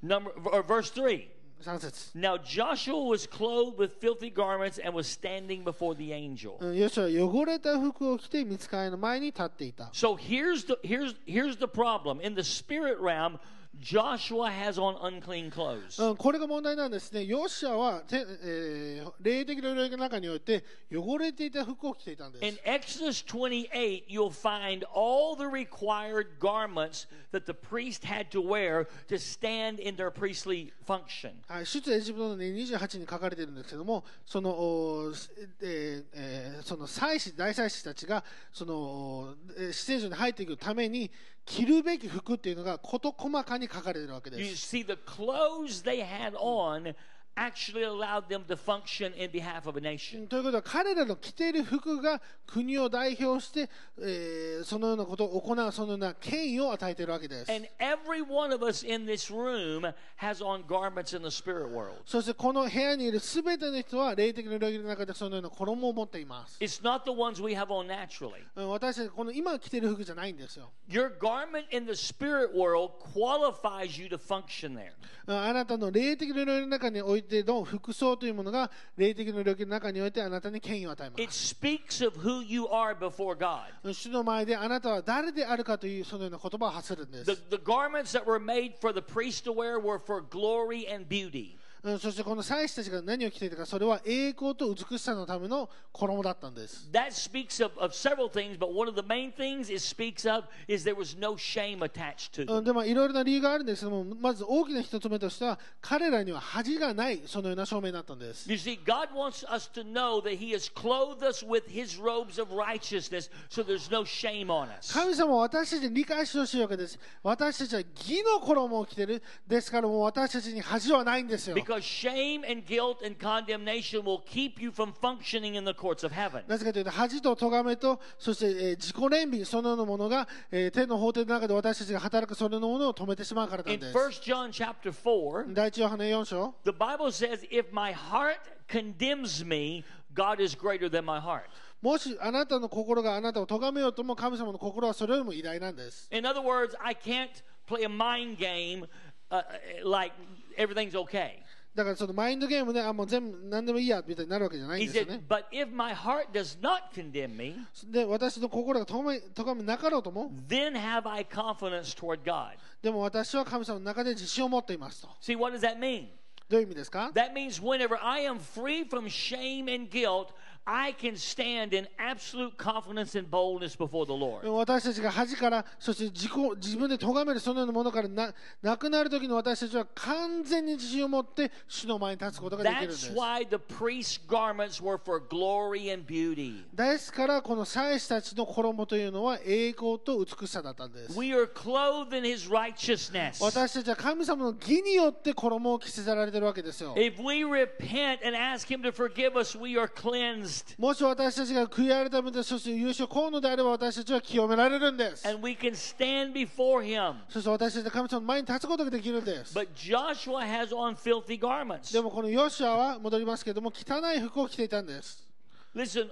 Number or verse three. 3節。 Now Joshua was clothed with filthy garments and was standing before the angel. ヨシュは汚れた服を着て見つかりの前に立っていた So here's the here's here's the problem. In the spirit realm, Joshua has on unclean clothes. うん、これが問題なんですね。ヨシュアは、てえー霊的な領域の中において汚れていた服を着ていたんで In す。 Exodus 28, you'll find all the required garments that the priest had to wear to stand in their priestly function. はい、出エジプトの、ね、28に書かれているんですけども、その、おーえーえーその祭司、大祭司たちが、その、おーえー施設所に入っていくために、着るべき服っていうのが事細かに書かれているわけで You す。 see, the clothes they had on actually allowed them to function in behalf of a nation. ということは彼らの着ている服が国を代表して、えーそのようなことを行うそのような権威を与えているわけです And every one of us in this room has on garments in the spirit world. そしてこの部屋にいるすべての人は霊的な領域の中でそのような衣を持っています It's not the ones we have on naturally. うん私たちこの今着ている服じゃないんですよ Your garment in the spirit world qualifies you to function there. うんあなたの霊的な領域の中においての服装というものが霊的な領域の中においてあなたに権威を与えます It speaks of who you are before God. 主の前であなたは誰であるかというそのような言葉を発するんです The,、the garments that were made for the priest to wear were for glory and beauty. うんそしてこの祭司たちが何を着ていたかそれは栄光と美しさのための衣だったんです That speaks of, of several things, but one of the main things it speaks of is there was no shame attached to う them. んでもいろいろな理由があるんですけどもまず大きな一つ目としては彼らには恥がないそのような証明だったんです You see, God wants us to know that He has clothed us with His robes of righteousness, so there's no shame on us. 神様は私たちに理解してほしいわけです私たちは義の衣を着てるですからもう私たちに恥はないんですよ Because shame and guilt and condemnation will keep you from functioning in the courts of heaven. なぜかというと恥と咎めとそして、えー自己憐憫そのようなものが、えー天の法廷の中で私たちが働くそれのものを止めてしまうからなん In です1 John chapter 4, 第一ヨハネ4章 the Bible says, If my heart condemns me, God is greater than my heart. もしあなたの心があなたを咎めようとも神様の心はそれよりも偉大なんです In other words, I can't play a mind game uh, like everything's okay. だからそのマインドゲームであもう全部何でもいいやみたいになるわけじゃない He んですよ said, ね But if my heart does not condemn me, で私の心が咎め咎めなかろうとも then have I confidence toward God. でも私は神様の中で自信を持っていますと See, what does that mean? どういう意味ですか That means whenever I am free from shame and guilt, I can stand in absolute confidence and boldness before the Lord. 私たちが恥からそして自己自分で咎めるそのようなものからななくなる時の私たちは完全に自信を持って主の前に立つことができるん That's です why the priest's garments were for glory and beauty. ですからこの祭司たちの衣というのは栄光と美しさだったんです We are clothed in his righteousness. 私たちは神様の義によって衣を着せられてるわけですよ If we repent and ask him to forgive us, we are cleansed. もし私たちが悔い改めてそして優勝こうのであれば私たちは清められるんです And we can stand before him. そして私たちは神様の前に立つことができるんです But Joshua has on filthy garments. でもこのヨシュアは戻りますけれども汚い服を着ていたんです Listen,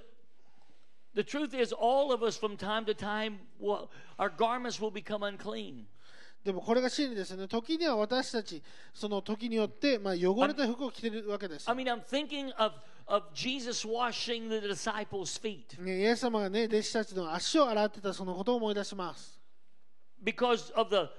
the truth is, all of us from time to time, will, our garments will become unclean. でもこれが真理ですよね。時には私たち、その時によって、まあ、汚れた服を着てるわけです I。mean, I'm thinking of, of Jesus washing the disciples' feet ね、イエス様がね、弟子たちの足を洗ってたそのことを思い出します。 because of the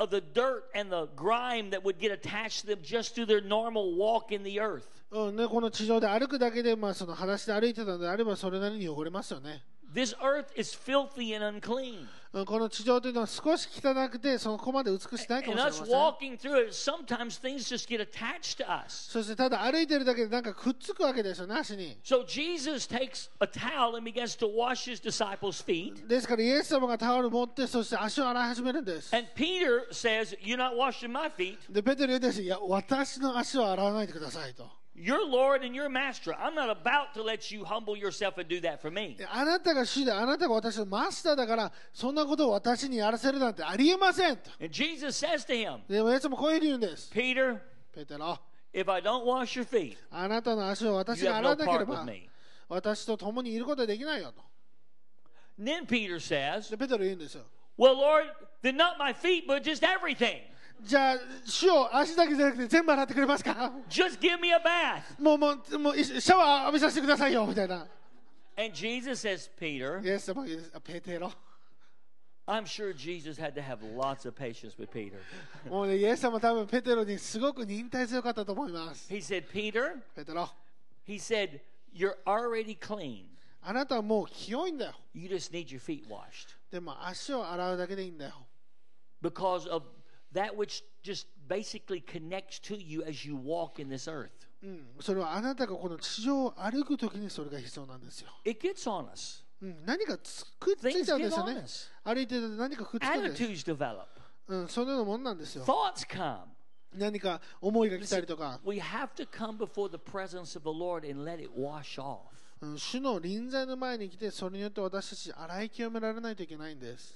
of the dirt and the grime that would get attached to them just through their normal walk in the earth. うんね、この地上で歩くだけで、まあ、その裸足で歩いてたのであれば、それなりに汚れますよね。 This earth is filthy and unclean. うんこの地上というのは少し汚くて、そこまで美しくないかも And しれ us ません。 walking through it, sometimes things just get attached to us. そしてただ歩いてるだけでなんかくっつくわけですよね、足に。 So Jesus takes a towel and begins to wash his disciples' feet. ですからイエス様がタオル持って、そして足を洗い始めるんです。 And Peter says, You're not washing my feet. で、ペテル言うんです。いや、私の足を洗わないでくださいと。 You're Lord and you're master. I'm not about to let you humble yourself and do that for me. あなたが主であなたが私のマスターだからそんなことを私にやらせるなんてありえませんと And Jesus says to him, でもイエスもこういうふうに言うんです Peter, ペテロ if I don't wash your feet, あなたの足を私 you が have 洗わ no なけれ part with ば me. 私と共にいることはできないよと And then Peter says, でペテロ言うんですよ Well, Lord, then not my feet, but just everything. じゃあ主を足だけじゃなくて全部洗ってくれますか Just give me a bath. もうもうもういシャワー浴びさせてくださいよみたいな And Jesus says, Peter, イエス様が言うんですあペテロ I'm sure Jesus had to have lots of patience with Peter. もうねイエス様多分ペテロにすごく忍耐強かったと思います He said, Peter, ペテロ he said, You're already clean. あなたはもう清いんだよ You just need your feet washed. でも足を洗うだけでいいんだよ because of that which just basically connects to you as you walk in this earth. うんそれはあなたがこの地上を歩くときにそれが必要なんですよ。 It gets on us. うん、何かつくっつい Things ちゃうんで get すよ on ね。 us. 歩いてると何かくっつくんです。 Attitudes develop. うん、そのようなもんなんですよ。 Thoughts come. うん何か思いが来たりとか、 We have to come before the presence of the Lord and let it wash off. うん主の臨在の前に来て、それによって私たち洗い清められないといけないんです。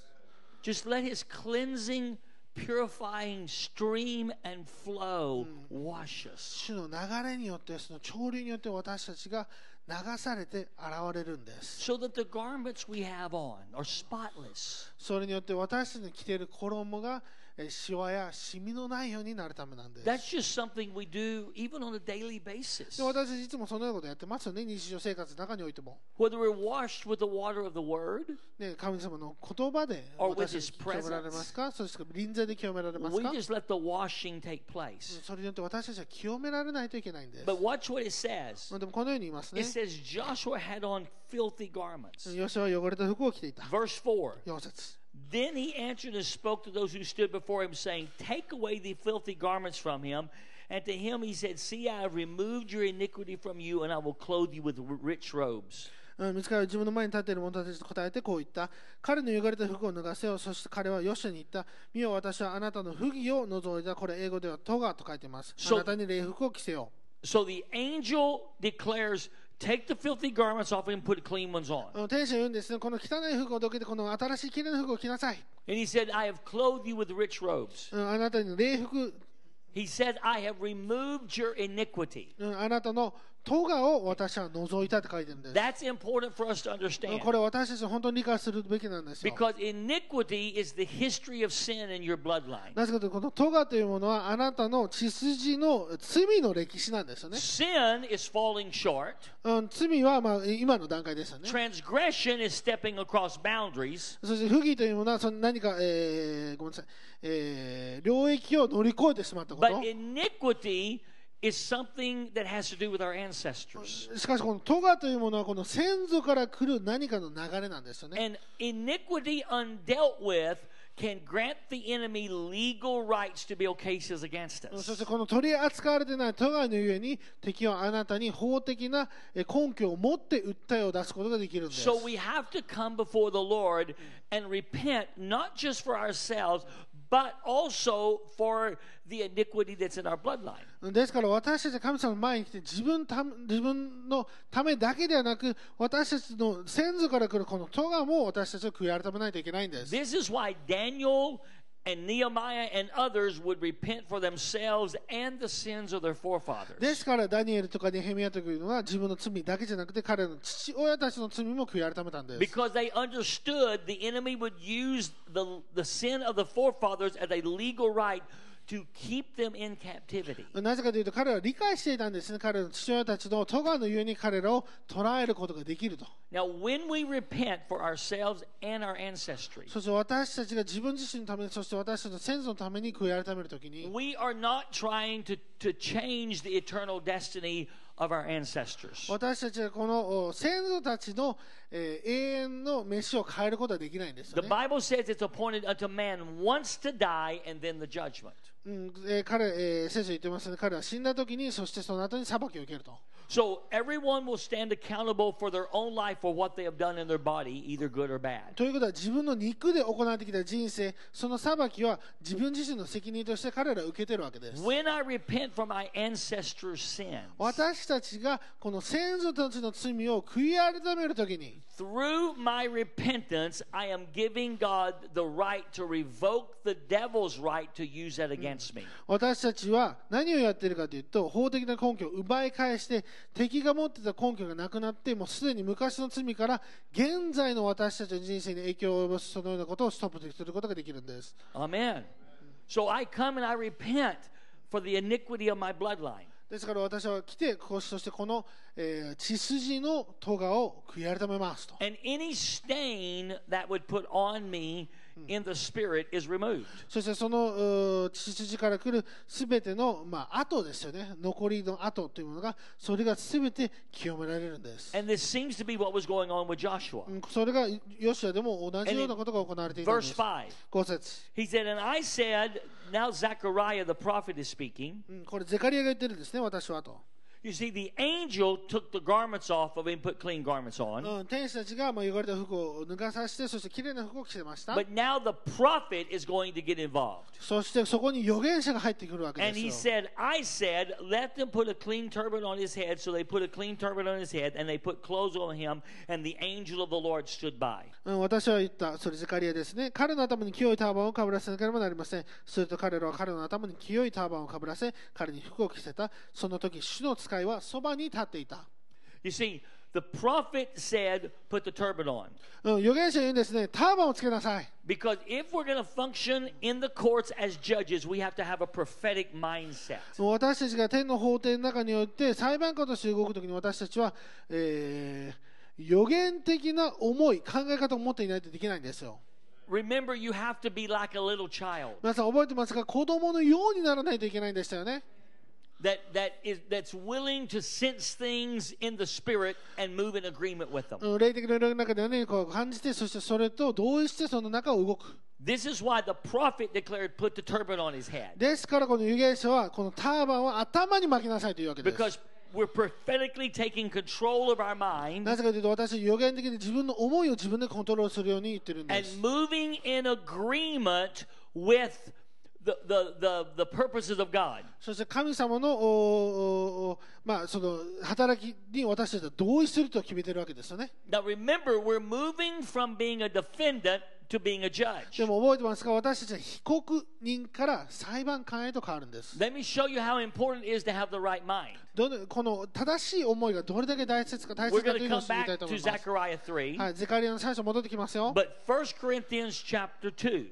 Just let His cleansing, purifying stream and flow wash us. 主の流れによって、その潮流によって私たちが流されて現れるんです。 So that the garments we have on are spotless. それによって私たちの着ている衣が、えーシワやシミのないようになるためなんです。 That's just something we do even on a daily basis. で私たちいつもそのようなことやってますよね、日常生活の中においても。 Whether we're washed with the water of the Word, ね、神様の言葉で Or with 私た his ち presence. 清められますかそして臨在で清められます we か just let the washing take place. それによって私たちは清められないといけないんです。 But watch what it says. まあでもこのように言います It ね。 says Joshua had on filthy garments. ヨシュは汚れた服を着ていた。 Verse 4. 4節 Then he answered and spoke to those who stood before him, saying, Take away the filthy garments from him. And to him he said, See, I have removed your iniquity from you, and I will clothe you with r- rich robes. うん見つかる自分の前に立っている者たちと答えてこう言った。彼の汚れた服を脱がせよう。そして彼はヨシュに言った。見よ私はあなたの不義を除いた。これ英語ではトガと書いてます。 So- あなたに礼服を着せよ So the angel declares, Take the filthy garments off him and put clean ones on. う。うん天使は言うんですね。この汚い服をどけてこの新しいきれいな服を着なさい。 And he said, I have clothed you with rich robes. うんあなたに礼服 He said, I have removed your iniquity. うんあなたの咎を私は除いたって書いてるんです。 That's important for us to うん understand. これ私たち本当に理解するべきなんですよ。 Because iniquity is the history of sin in your bloodline. なぜかというと、この咎というものはあなたの血筋の罪の歴史なんですよね。 Sin is falling short. うん、罪はまあ今の段階ですよね。 Transgression is stepping across boundaries. そして不義というものはその何か、えーごめんなさい、えー領域を乗り越えてしまったこ But と。 iniquity is something that has to do with our ancestors. しかしこの咎というものはこの先祖から来る何かの流れなんですよね。 And iniquity undealt with can grant the enemy legal rights to build cases against うんそして us. この取り扱われてない咎のゆえに敵はあなたに法的なえー根拠を持って訴えを出すことができるんです。 So we have to come before the Lord and repent, not just for ourselves, but also for the iniquity that's in our bloodline. ですから私たちは神様の前に来て自分ため自分のためだけではなく私たちの先祖から来るこの咎も私たちは悔い改めないといけないんです。 This is why Daniel and Nehemiah and others would repent for themselves and the sins of their forefathers. ですからダニエルとかネヘミヤというのは自分の罪だけじゃなくて彼の父親たちの罪も悔い改めたんです。 Because they understood the enemy would use the, the sin of the forefathers as a legal right to keep them in captivity. なぜかというと彼は理解していたんですね。彼の父親たちの咎のゆえに彼らを捉えることができると。 Now, when we repent for ourselves and our ancestry, そして私たちが自分自身のためにそして私たちの先祖のために悔い改めるときに we are not trying to, to change the eternal destiny of our ancestors. 私たちはこのお先祖たちの、えー永遠の飯を変えることはできないんですよ The ね。 Bible says it's appointed unto man once to die and then the judgment. うんえー彼えー聖書言ってますね。彼は死んだ時に、そしてその後に裁きを受けると。 So everyone will stand accountable for their own life for what they have done in their body, either good or bad. ということは自分の肉で行ってきた人生、その裁きは自分自身の責任として彼らは受けてるわけです。 When I repent for my ancestors' sins 私たちがこの先祖たちの罪を悔い改める時に、 through my repentance, I am giving God the right to revoke the devil's right to use that against me. 私たちは何をやっているかというと法的な根拠を奪い返して敵が持ってた根拠がなくなってもうすでに昔の罪から現在の私たちの人生に影響を及ぼすそのようなことをストップすることができるんです Amen. So I come and I repent for the iniquity of my bloodline. ですから私は来てこうそしてこの、えー血筋の咎を悔い改めますと And any stain that would put on me in the spirit is removed. そしてそのうー血筋から来る全ての、まあ、跡ですよね残りの跡というものがそれが全て清められるんです And this seems to be what was going on with Joshua. うんそれがヨシアでも同じようなことが行われていたんで Verse す 5. 5節 He said, And I said, now Zechariah the prophet is speaking, うんこれゼカリアが言ってるんですね、私はと。 You see, the angel took the garments off of him, put clean garments on. うん、天使たちがまあ汚れた服を脱がさせてそして綺麗な服を着てました But now the prophet is going to get involved. そしてそこに預言者が入ってくるわけ And he ですよ said, I said, let them put a clean turban on his head. So they put a clean turban on his head and they put clothes on him. And the angel of the Lord stood by. うん、私は言った、それゼカリアですね。彼の頭に清いターバンをかぶらせなければなりません。すると彼らは彼の頭に清いターバンをかぶらせ、彼に服を着せた。その時、主の使いはそばに立っていた。 You see, the prophet said, put the turban on. うん、預言者は言うんですね、ターバンをつけなさい。 Because if we're going to function in the courts as judges, we have to have a prophetic mindset. 私たちが天の法廷の中において裁判官として動くときに私たちは、えー予言的な思い、考え方を持っていないとできないんですよ。 Remember, you have to be like a little child 皆さん覚えてますか子供のようにならないといけないんでしたよね。 that, that is, that's willing to sense things in the spirit and move in agreement with them. うん霊的な領域の中で何かを感じて、そしてそれと同意してその中を動く。 This is why the prophet declared, put the turban on his head. ですからこの預言者はこのターバンを頭に巻きなさいというわけです。 Because we're prophetically taking control of our mind なぜかというと私は予言的に自分の思いを自分でコントロールするように言ってるんで and す。 moving in agreement with the, the, the, the purposes of God. そして神様のおおおまあ、その働きに私たちは同意すると決めてるわけですよね。 Now remember, we're moving from being a defendant to being a judge. でも覚えてますか私たちは被告人から裁判官へと変わるんです。 Let me show you how important it is to have the right mind. どのこの正しい思いがどれだけ大切か大 We're 切か going to というのを come 知りた back いと思 to Zechariah います。3, はい、ゼカリアの最初戻ってきますよ。 but 1 Corinthians chapter 2.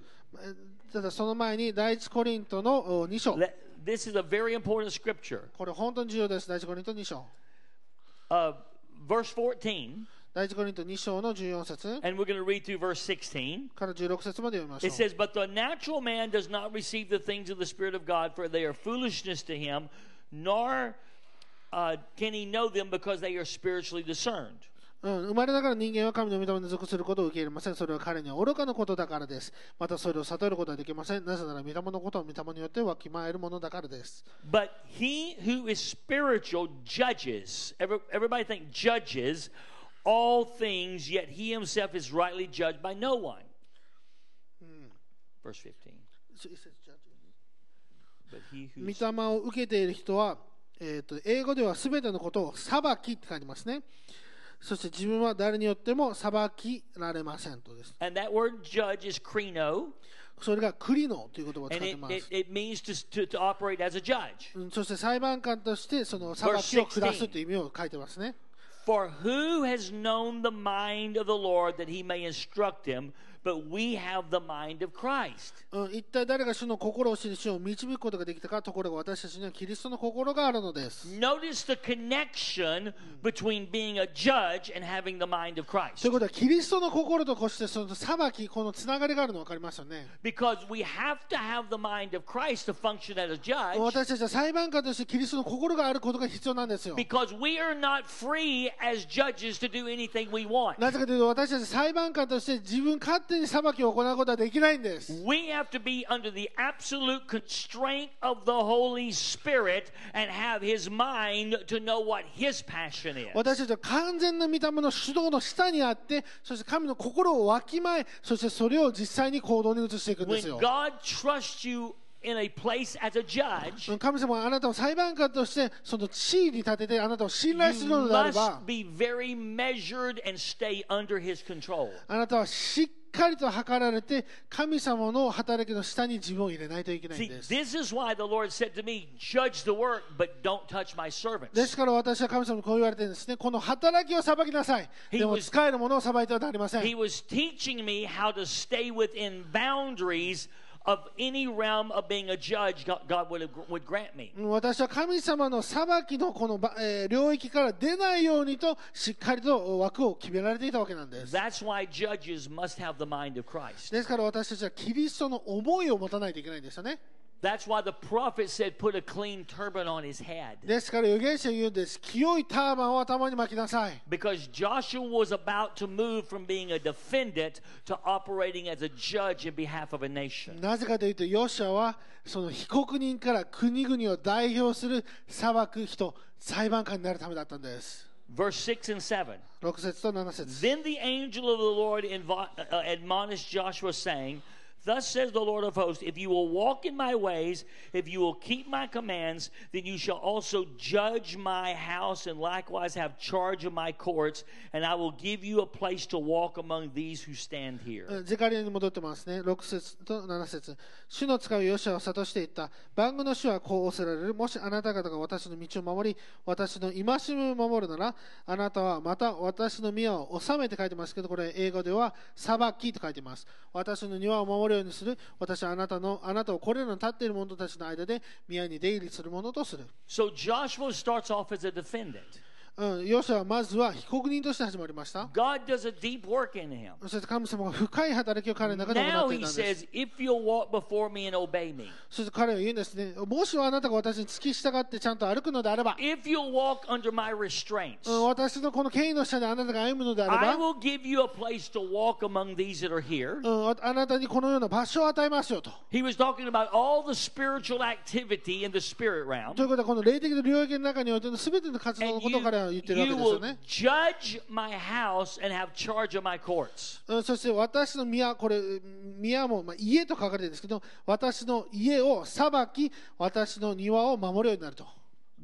ただその前に第一コリントの2章。 Let- This is a very important scripture. これ本当に重要です。第一コリント2章。 Uh, verse 14. 第一コリント2章の14節 And we're going to read through verse 16. から16節まで読みまし It ょう。 says, But the natural man does not receive the things of the Spirit of God, for they are foolishness to him, nor uh, can he know them because they are spiritually discerned. うん、生まれながら人間は神の御霊に属することを受け入れません。それは彼には愚かなことだからです。またそれを悟ることはできません。なぜなら御霊のことは御霊によってわきまえるものだからです。 But he who is spiritual judges, every, everybody think judges all things, yet he himself is rightly judged by no one. Verse 15. But he 御 who 霊を受けている人は、えー、と英語では全てのことを裁きって書いてますね。そして自分は誰によっても裁きられませんとです。 and that word judge is kreno, それがクリノという言葉を使っ and て it, ま it, す。 it means to, to, to operate as a judge. うんそして裁判官としてその裁きを下すという意味を書いてますね。 For who has known the mind of the Lord that he may instruct him? But we have the mind of Christ. うん、一体誰が主の心を知り主を導くことができたかところが私たちにはキリストの心があるのです。 Notice the connection between being a judge and having the mind of Christ. ということはキリストの心とこうしてその裁きこのつながりがあるの分かりますよね。 Because we have to have the mind of Christ to function as a judge. 私たちは裁判官としてキリストの心があることが必要なんですよ。 Because we are not free as judges to do anything we want. なぜかというと私たちは裁判官として自分勝手に裁きを行うことはできないんです。 We have to be under the absolute constraint of the Holy Spirit and have His mind to know what His passion is. 私たちは完全な御霊の主導の下にあってそして神の心をわきまえそしてそれを実際に行動に移していくんです When よ。 God trusts you in a place as a judge, 神様はあなたを裁判官としてその地位に立ててあなたを信頼す you るのであれば must be very measured and stay under His control. あなたはしっかりと測られて神様の働きの下に自分を入れないといけないん See, です。 this is why the Lord said to me, Judge the work, but don't touch my で servants. すから私は神様にこう言われてるんですね。この働きを裁きなさい。 He でも was- 使えるものを裁いてはなりません。 He was teaching me how to stay within boundaries of any realm of being a judge God, God would, would grant me. うん私は神様の裁きのこのば、えー領域から出ないようにとしっかりと枠を決められていたわけなんです。 That's why judges must have the mind of Christ. ですから私たちはキリストの思いを持たないといけないんですよね。 That's why the prophet said, put a clean turban on his head. ですから預言者が言うんです清いターバンを頭に巻きなさい Because Joshua was about to move from being a defendant to operating as a judge in behalf of a nation. なぜかというとヨシアはその被告人から国々を代表する裁く人裁判官になるためだったんです Verse 6 and 7. 6節と7節 Then the angel of the Lord invo- uh, uh, admonished Joshua, saying, Thus says the Lord of hosts, if you will walk in my ways, if you will keep my commands, then you shall also judge my house and likewise have charge of my courts, and I will give you a place to walk among these who stand here. ゼカリアに戻ってますね。6節と7節主の使うヨシアを諭していった。番組の主はこうおせられる。もしあなた方が私の道を守り、私の戒めを守るなら、あなたはまた私の宮を治めて書いてますけど、これ英語では裁きと書いてます。私の庭を守るようにする。私はあなたの、あなたをこれらの立っている者たちの間で宮に出入りする者とする。 So Joshua starts off as a defendant. うん、ヨシアはまずは被告人として始まりました。 God does a deep work in him. そして神様が深い働きを彼の中で行 Now ってい he たんです。 says, If you'll walk before me and obey me, そして彼は言うんですね。もしあなたが私に付き従ってちゃんと歩くのであれば、 if you'll walk under my restraints, うん私のこの権威の下であなたが歩むのであ I れば、 will give you a place to walk among these that are here. うんああなたにこのような場所を与えますよと。 He was talking about all the spiritual activity in the spirit realm. ということは、この霊的な領域の中においての全ての活動の And こと you, から言ってるわ you けですよ will ね。 judge my house and have charge of my courts. うんそして私の宮、これ、うん宮も、まあ、家と書かれてるんですけど、私の家を裁き、私の庭を守るようになると。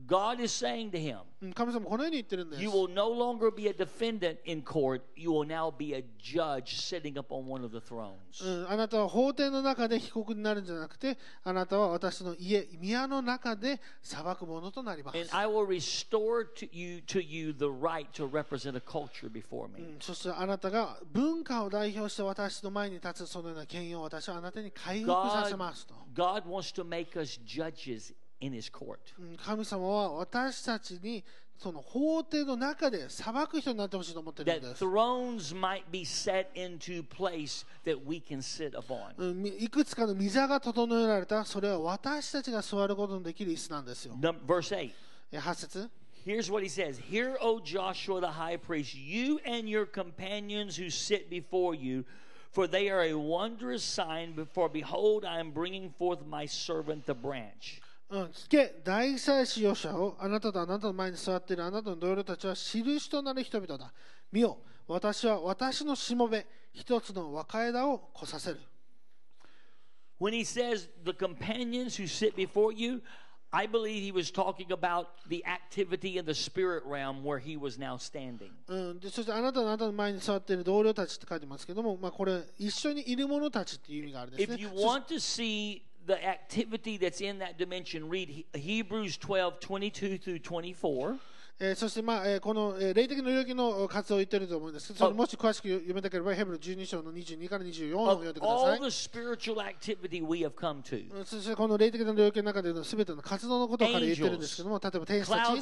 God is saying to him, うん神様このように言ってるんです You。will no longer be a defendant in court. You will now be a judge sitting up on one of the thrones. うん、あなたは法廷の中で被告になるんじゃなくてあなたは私の家宮の中で裁くものとなります And I will restore to you to you the right to represent a culture before me. そしてあなたが文化を代表して私の前に立つそのような権威を私はあなたに回復させますと God wants to make us judges in his court. うん神様は私たちにその法廷の中で裁く人になってほしいと思ってるん That です、 thrones might be set into place that we can sit upon. うんみいくつかの御座が整えられたそれは私たちが座ることのできる椅子なんですよ Num- verse 8. え8節 Here's what he says Hear, O Joshua the high priest, you and your companions who sit before you, for they are a wondrous sign. For behold, I am bringing forth my servant the branch. うん、聞け、大祭司ヨシャをあなたとあなたの前に座っているあなたの同僚たちは印となる人々だ。見よ、私は私のしもべ、一つの若枝を来させる。 When he says the companions who sit before you, I believe he was talking about the activity in the spirit realm where he was now standing. うん、でそしてあなたとあなたの前に座っている同僚たちって書いてますけども、まあ、これ、一緒にいる者たちっていう意味があるんです If ね you。want to see the activity that's in that dimension, read He- Hebrews 12 22 through 24. えーそして、まあえーこの、えー霊的な領域の活動を言ってると思うんですけど、それあもし詳しく読みたければ、ヘブル12章の22から24を Of 読んでくださ all い。 the spiritual activity we have come to うんそしてこの霊的な領域の中での全ての活動のことから言ってるんですけども、例えば天使たち clouds、of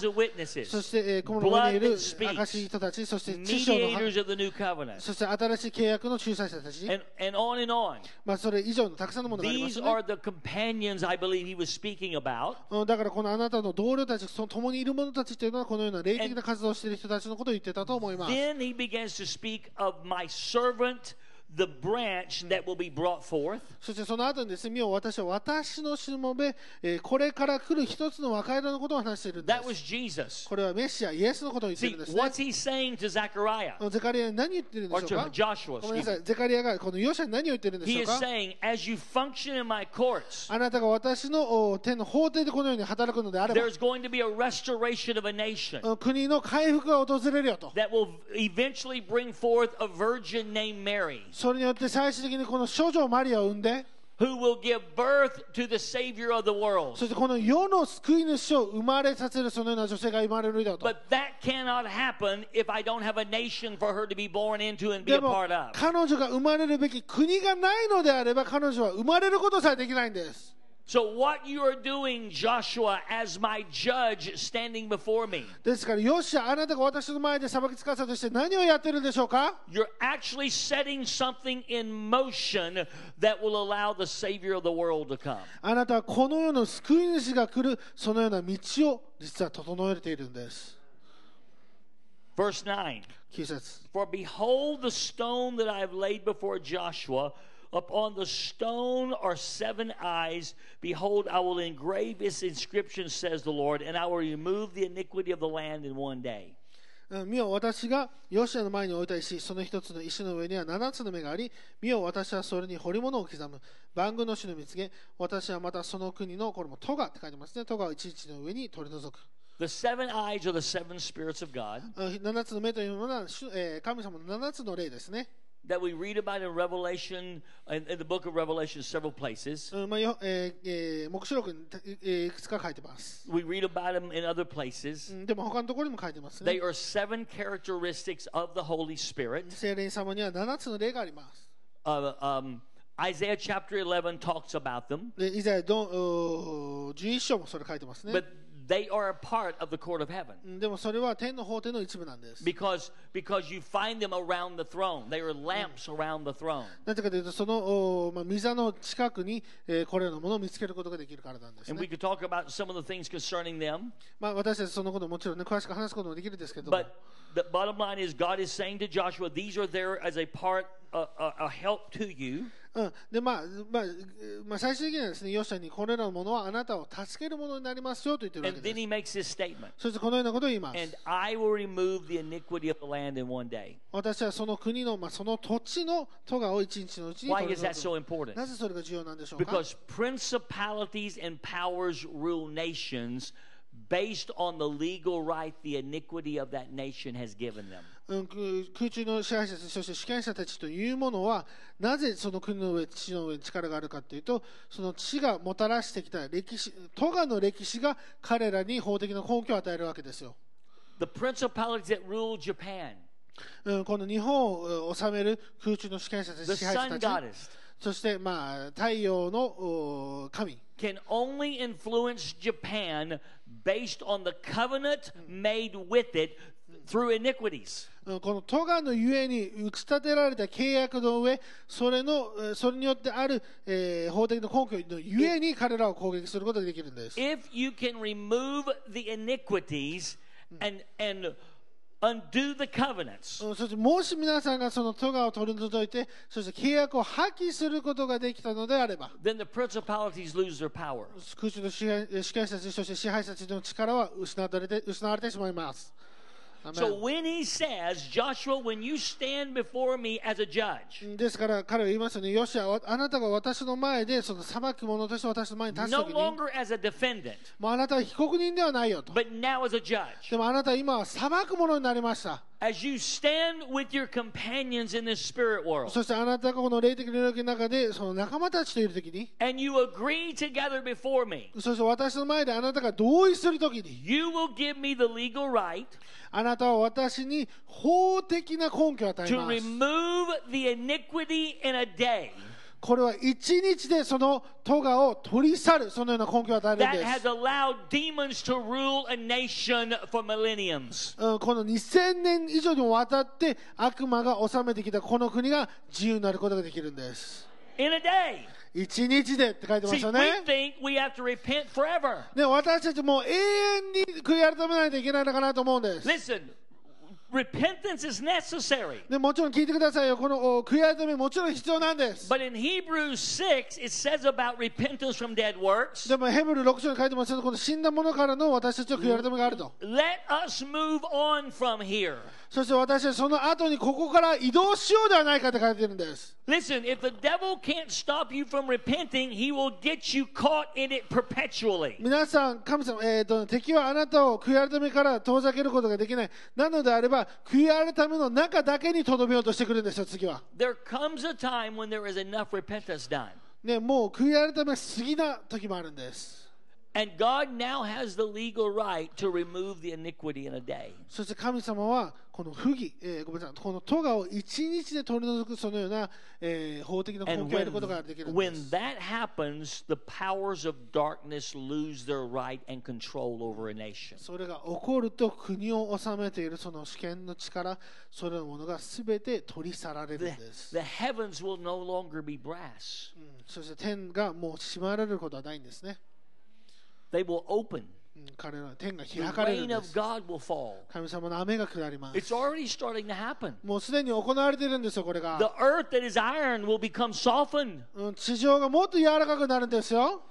そし witnesses, て、えーこの上に Blood いる that speaks. 明石人たち、そして師匠のは、 mediators of the new covenant, そして新しい契約の仲裁者たち、 and, and on and on. まあ、それ以上のたくさんのものがありま These すよ are ね。 the companions I believe he was speaking about. うんだからこのあなたの同僚たち、その共にいる者たちというのは、このような霊的な活動をしている人たちのことを言ってたと思います。 Then he begins to speak of my servant, the branch that will be brought forth. そしてその後にですね、見よ私は私のしもべ、えーこれから来る一つの若枝のことを話しているんで That す。 was Jesus. これはメシア、イエスのことを言って See, るんですね。 what's he saying to Zechariah うんゼカリアに何言ってるんで or しょう to か Joshua? ごめんなさ excuse い、ゼカリアがこのヨシャに何を言ってるんで me? He しょう is か saying, as you function in my courts, あなたが私のお手の法廷でこのように働くのであれば、 there's going to be a restoration of a nation うん国の回復が訪れるよと。 that will eventually bring forth a virgin named Mary それによって最終的にこの少女マリアを産んで、 who will give birth to the Savior of the world. そしてこの世の救い主を生まれさせるそのような女性が生まれるよと。 But that cannot happen if I don't have a nation for her to be born into and be で a も part of. 彼女が生まれるべき国がないのであれば彼女は生まれることさえできないんです。 So, what you are doing, Joshua, as my judge standing before me, ですから、よし、あなたが私の前で裁きつかさとして何をやってるでしょうか you're actually setting something in motion that will allow the Savior of the world to come. あなたはこの世の救い主が来る、そのような道を実は整えているんです。 Verse 9 9節 For behold, the stone that I have laid before Joshua, upon the stone are seven eyes. Behold, I will engrave its inscription, says the Lord, and I will remove the iniquity of the land in one day. うん見よ私がヨシアの前に置いた石その一つの石の上には七つの目があり見よ私はそれに彫り物を刻む番組の主の見つけ私はまたその国のこれもトガって書いてますねトガを一日の上に取り除く The seven eyes are the seven spirits of God うん七つの目というのは、主えー神様の七つの霊ですね、 that we read about in Revelation, in, in the book of Revelation, several places. うんまあよえーえー黙示録に、えーいくつか書いてます、 We read about them in other places. うんでも他のところにも書いてますね They are seven characteristics of the Holy Spirit. 聖霊様には七つの霊があります。 Uh, um, Isaiah chapter 11 talks about them. で以前どんうー11章もそれ書いてますね but。they are a part of the court of heaven うんでもそれは天の法廷の一部なんです。 because because you find them around the throne they are lamps around the throne なぜかというと、その、おまあ、御座の近くに、えーこれらのものを見つけることができるからなんです、 and we ね。 could talk about some of the things concerning them まあ、私たちそのこともちろんね、詳しく話すこともできるんですけども、 but the bottom line is god is saying to joshua these are there as a part a, a, a help to you うん。で、まあ、まあ、まあ、最終的にはですね、ヨシャにこれらのものはあなたを助けるものになりますよと言ってるわ and け then です。 he makes this statement そしてこのようなことを言います。 and i will remove the iniquity of the land in one day 私はその国の、まあ、その土地の都がを一日のうちに why 取り is that 除 so く。 important なぜそれが重要なんでしょうか because principalities and powers rule nations based on the legal right the iniquity of that nation has given them うん、く空中の支配者たちそして主権者たちというものはなぜその国の上地の上に力があるかというとその地がもたらしてきた歴史トガの歴史が彼らに法的な根拠を与えるわけですよ、 the principalities that rule Japan, うん、この日本を治める空中の主権者た the ち支配 sun 者たち goddess, そして、まあ、太陽のお神 can only influence Japan based on the covenant made with it through iniquities. うんこのトガのゆえに打ち立てられた契約の上それのえーそれによってある、えー法的な根拠のゆえに彼らを攻撃することができるんです。 If you can remove the iniquities and and undo the covenants, うんそしてもし皆さんがそのトガを取り除いて、そして契約を破棄することができたのであれば、 then the principalities lose their power. 空中の支配え主権者たち、そして支配者たちの力は失われて失われてしまいます。アメン So when he says, Joshua, when you stand before me as a judge, ですから彼は言いますよね、よしあ、あなたが私の前で、その裁く者として私の前に立つ no ときに、も longer as a defendant, うあなたは被告人ではないよと。 but now as a judge. でもあなたは今は裁く者になりました。 As you stand with your companions in this spirit world そしてあなたがこの霊的な領域の中で、その仲間たちといるときに、 and you agree together before me, そして私の前であなたが同意するときに、 you will give me the legal right あなたは私に法的な根拠を与え to ます remove the iniquity in a day これは一日でそのトガを取り去るそのような根拠を与えるん that で has す、 allowed demons to rule a nation for millenniums. うん、この2000年以上にもわたって悪魔が治めてきたこの国が自由になることができるんです In a day. 一日でって書いてま See, した we ね think we have to repent forever. ね私たちもう永遠に悔い改めないといけないのかなと思うんです Listen, repentance is necessary. でもちろん聞いてくださいよこのお悔い改めもちろん必要なんです But in Hebrews 6, it says about repentance from dead works. でもヘブル6章に書いてますけどこの死んだ者からの私たちの悔い改めがあると Let us move on from here. そして私はその後にここから移動しようではないかって書いてるんです。 Listen, if the devil can't stop you from repenting, he will get you caught in it perpetually. 皆さん、神様、えーと、敵はあなたを悔い改めから遠ざけることができない。なのであれば、悔い改めの中だけにとどめようとしてくるんですよ、次は。 There comes a time when there is enough repentance done. ね、もう悔い改めが過ぎな時もあるんです。 And God now has the legal right to remove the iniquity in a day. そして神様はこの不義、えーごめんなさい、この咎を一日で取り除くそのような、えー法的な根拠を And 得 when, ることができるんで when す。 that happens, the powers of darkness lose their right and control over a nation. それが起こると国を治めているその主権の力、それのものがすべて取り去られる The, んです。 the heavens will no longer be brass, うんそして天がもう閉まられることはないんですね。 they will open. うん彼らは天が The 開かれる rain んで of す。 God will fall. 神様の雨が下ります It's。already starting to happen. もうすでに行われているんですよ、これが The。earth that is iron will become softened, うん地上がもっと柔らかくなるんですよ。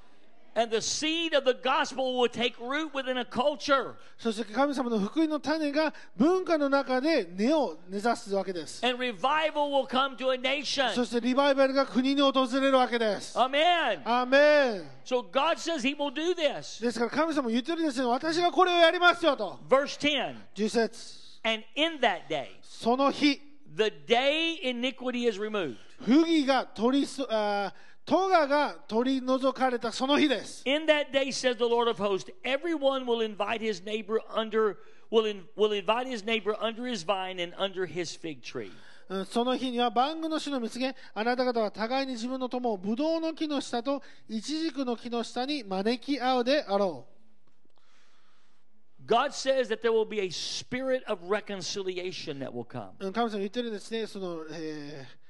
and the seed of the gospel will take root within a culture そして神様の福音の種が文化の中で根を根ざすわけです。 and revival will come to a nation. そしてリバイバルが国に訪れるわけです。 Amen. アーメン So God says he will do this. ですから神様も言ってるんですよ。私がこれをやりますよと。 Verse 10. 10節 And in that day, その日、 the day iniquity is removed. 不義が取りそ、あー咎が取り除かれたその日です。 In that day, says the Lord of hosts, everyone will invite his neighbor under will in, will invite his neighbor under his vine and under his fig tree. うんその日には万軍の主の見つけ、あなた方は互いに自分の友をブドウの木の下とイチジクの木の下に招き合うであろう。 God says that there will be a spirit of reconciliation that will come. うん神様言ってるんですね、その、えー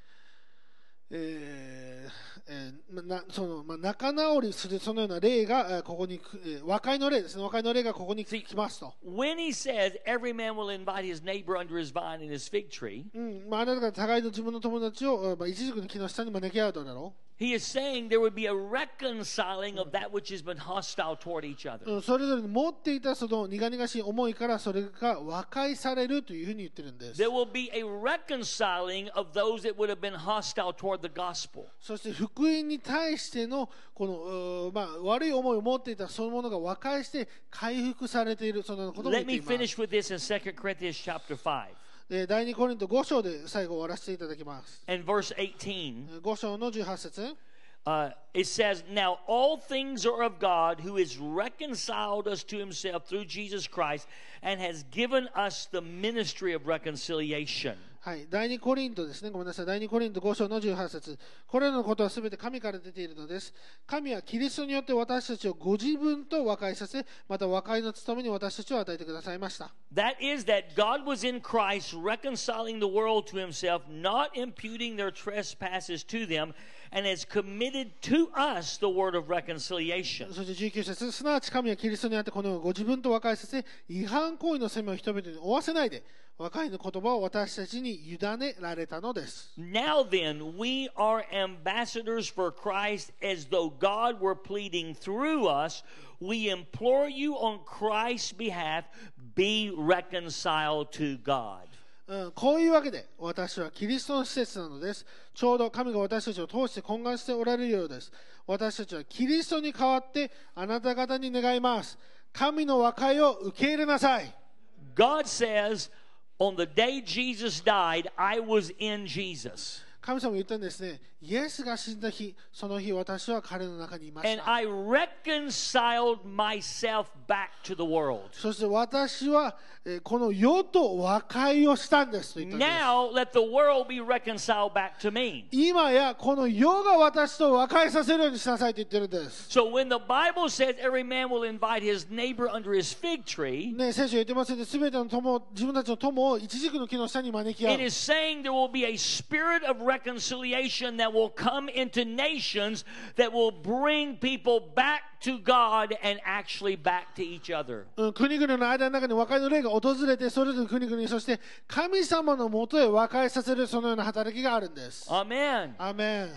えーえーまなそのま仲直りするそのような例がえーここにく、えー和解の例ですね、和解の例がここに来ますと。 When he says every man will invite his neighbor under his vine and his fig tree, うんまあ、あなたが互いの自分の友達を、えーまあ、一軸の木の下に招き合うだろ he is saying there would be a reconciling of that which has been hostile toward each う、 other. うん、それぞれに持っていたその苦々しい思いからそれが和解されるというふうに言ってるんです。 There will be a reconciling of those that would have been hostile toward the gospel. そして福音に対してのこの、うーまあ、悪い思いを持っていたそのものが和解して回復されているそのようなことも言っ Let てい me ます。 finish with this in 2 Corinthians chapter 5えー第2コリント5章で最後終わらせていただきます。 and verse 18. えー5章の18節 Uh, it says, Now all things are of God who has reconciled us to himself through Jesus Christ and has given us the ministry of reconciliation. はい、第2コリントですね、ごめんなさい、第2コリント5章の18節これらのことはすべて神から出ているのです。神はキリストによって私たちをご自分と和解させ、また和解の務めに私たちを与えてくださいました。 That is, that God was in Christ reconciling the world to himself, not imputing their trespasses to them, and has committed to us the word of reconciliation. そして19節すなわち神はキリストにあってこの世をご自分と和解させ、違反行為の責めを人々に負わせないで、和解の言葉を私たちに委ねられたのです。 Now then, we are ambassadors for Christ as though God were pleading through us. We implore you on Christ's behalf, be reconciled to God. うんこういうわけで私はキリストの施設なのです。ちょうど神が私たちを通して懇願しておられるようです。私たちはキリストに代わってあなた方に願います。神の和解を受け入れなさい。 God says, on the day Jesus died, I was in Jesus. 神様言ったんですね。イエスが死んだ日、その日私は彼の中にいまし And た。 I reconciled myself back to the world. そして私はえーこの世と和解をしたんですと言ったんです。 Now let the world be reconciled back to me. 今やこの世が私と和解させるようにしなさいと言ってるんです。 So when the Bible says every man will invite his neighbor under his fig tree, ね、聖書言ってますね。すべての友を、自分たちの友を一軸の木の下に招き合う it。is saying there will be a spirit of reconciliation that will come into nations that will bring people back to God and actually back to each other. うん国々の間の中に和解の霊が訪れて、それぞれの国々、そして神様のもとへ和解させる、そのような働きがあるんです。 Amen. アーメン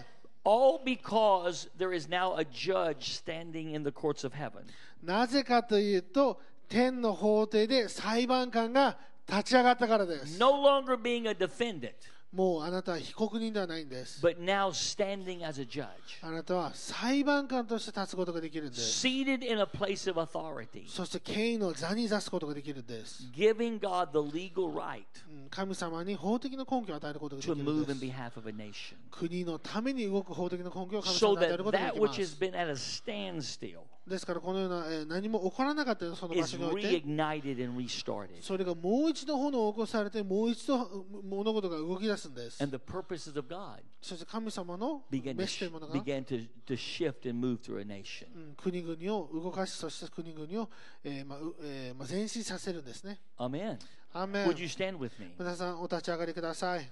All because there is now a judge standing in the courts of heaven. なぜかというと、天の法廷で裁判官が立ち上がったからです。 No longer being a defendant. もうあなたは被告人ではないんです。 but now standing as a judge, あなたは裁判官として立つことができるんです。 seated in a place of authority, そして権威の座に座すことができるんです。 giving God the legal right うん神様に法的な根拠を与えることができ to る move in んです。 behalf of a nation. 国のために動く法的な根拠を神 So 様に与え that ることが that できま which す has。been at a standstill ですからこのような、えー何も起こらなかったようなその場 is 所において reignited and restarted. それがもう一度炎を起こされてもう一度物事が動き出すんです And the purposes of God そして神様の began 召 to, し sh- というものが、 began to, to shift and move through a nation. うん国々を動かしそして国々を、えーまあうえーまあ、前進させるんですね Amen. アーメン Would you stand with me? 皆さんお立ち上がりください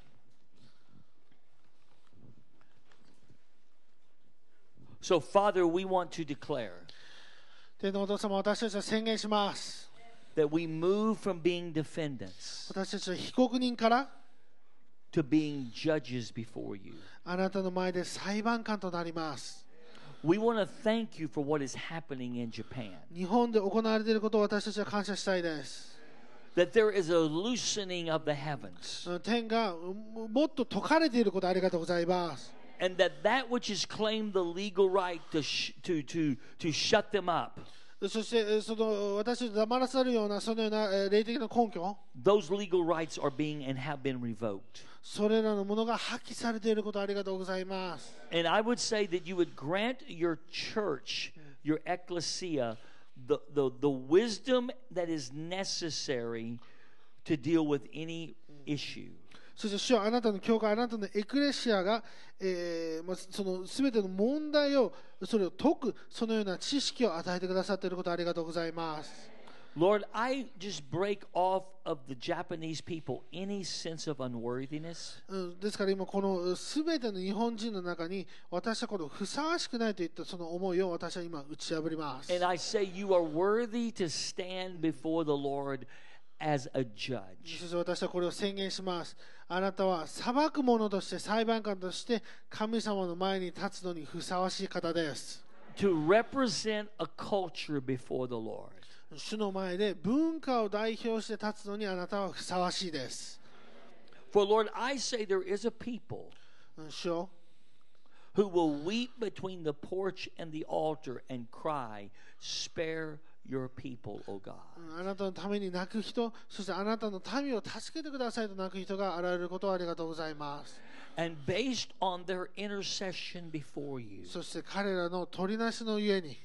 So, Father, we want to declare 天皇お父様私たちは宣言します that we move from being defendants 私たちは被告人から to being judges before you. あなたの前で裁判官となります We want to thank you for what is happening in Japan. 日本で行われていることを私たちは感謝したいです。 That there is a loosening of the heavens, うん天がうんもっと解かれていることありがとうございます。 and that that which has claimed the legal right to sh- to to to shut them up, そしてえーその私たちを黙らせるようなそのようなえー霊的な根拠 those legal rights are being and have been revoked. それらのものが破棄されていることありがとうございます。 And I would say that you would grant your church, your ecclesia, the, the, the wisdom that is necessary to deal with any issue. そして主はあなたの教会あなたのエクレシアが、えーまあ、その全ての問題をそれを解くそのような知識を与えてくださっていることありがとうございます。 Lord, I just break off of the Japanese people any sense of unworthiness. うんですから今この全ての日本人の中に私はこのふさわしくないといったその思いを私は今打ち破ります And I say you are worthy to stand before the Lord as a judge. そして私はこれを宣言しますあなたは裁く者として裁判官として神様の前に立つのにふさわしい方です To represent a culture before the Lord. 主の前で文化を代表して立つのにあなたはふさわしいです For Lord, I say there is a people うん主よ who will weep between the porch and the altar and cry, Spare your people, O God. うんあなたのために泣く人そしてあなたの民を助けてくださいと泣く人が現れることをありがとうございます And based on their intercession before you, そして彼らの取りなしのゆえに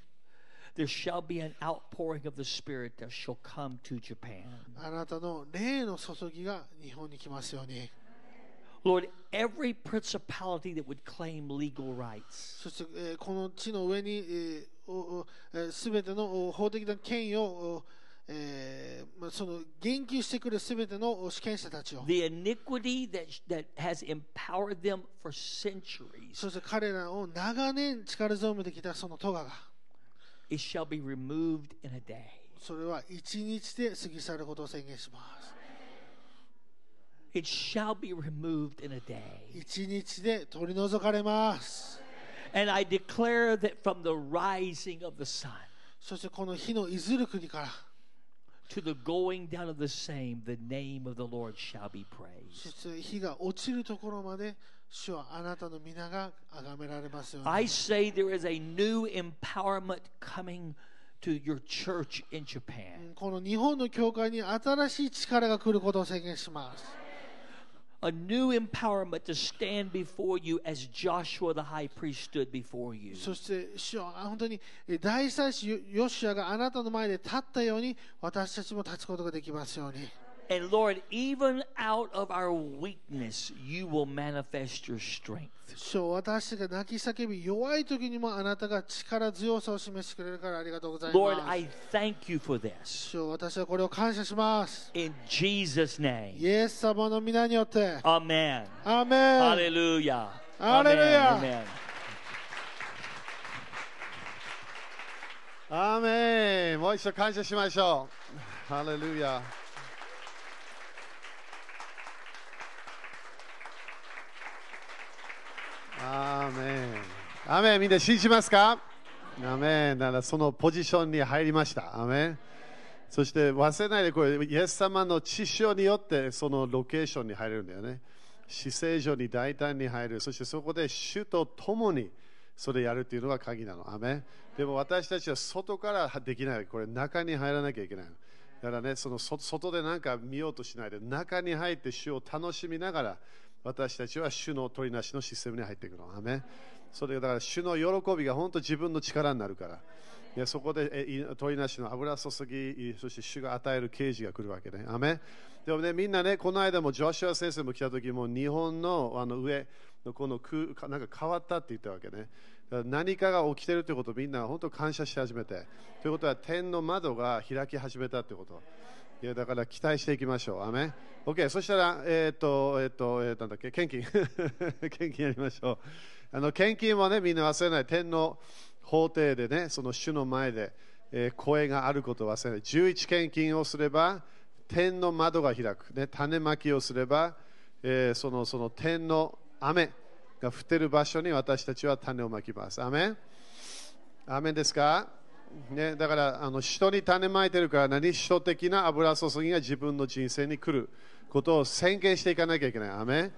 there shall be an outpouring of the Spirit that shall come to Japan. あなたの霊の注ぎが日本に来ますように Lord, every principality that would claim legal rights, そして、えーこの地の上に、えーおおえー全てのお法的な権威を、おえーまあ、その言及してくる全てのお主権者たちを the iniquity that, that has empowered them for centuries, そして彼らを長年力強めてきたそのトガが it shall be removed in a day. それは一日で過ぎ去ることを宣言します It shall be removed in a day. 一日で取り除かれます And I declare that from the rising of the sun そしてこの火のいずる国から to the going down of the same, the name of the Lord shall be そ praised. して火が落ちるところまで主はあなたの皆が崇められますように I say there is a new empowerment coming to your church in Japan, この日本の教会に新しい力が来ることを宣言します a new empowerment to stand before you as Joshua the high priest stood before you. そして主は本当にえ大祭司ヨヨシュアがあなたの前で立ったように私たちも立つことができますように And Lord, even out of our weakness, you will manifest your strength. 主よ私が泣き叫び弱い時にもあなたが力強さを示してくれるからありがとうござい Lord, ます I thank you for this. 主よ私はこれを感謝します In Jesus' イ name. エス様の皆によって Amen. アーメン Hallelujah. Hallelujah. Amen. Amen. アーメンもう一度感謝しましょう。ハレルヤ。アーメン。アーメン、みんな信じますかアーメン。ならそのポジションに入りました。アーメン。そして忘れないで、これ、イエス様の知性によってそのロケーションに入れるんだよね。死聖所に大胆に入る。そしてそこで主と共にそれやるっていうのが鍵なの。アーメンでも私たちは外からできない。これ中に入らなきゃいけないの。だからね、そのそ外で何か見ようとしないで、中に入って主を楽しみながら、私たちは主の取りなしのシステムに入っていくの。アーメンそれがだから主の喜びが本当自分の力になるから。いやそこでえい問いなしの油注ぎ、いそして主が与える刑事が来るわけね。アメンでもね、みんなね、この間もジョシュア先生も来た時も、日本のあの上のこの空かなんか変わったって言ったわけね。だから何かが起きてるということをみんな本当感謝し始めて。ということは、天の窓が開き始めたということ。いやだから期待していきましょう。アメン OK、そしたら、えーっと、えーっと、えーなんだっけ、献金。 [LAUGHS] 献金やりましょう。あの献金はね、みんな忘れない。天の法廷でね、その主の前で、えー声があることを忘れない。11献金をすれば、天の窓が開く。ね、種まきをすれば、えーそのその天の雨が降ってる場所に私たちは種をまきます。アメンアーメンですか、ね、だからあの人に種まいてるから何人的な油注ぎが自分の人生に来ることを宣言していかなきゃいけない。アーメン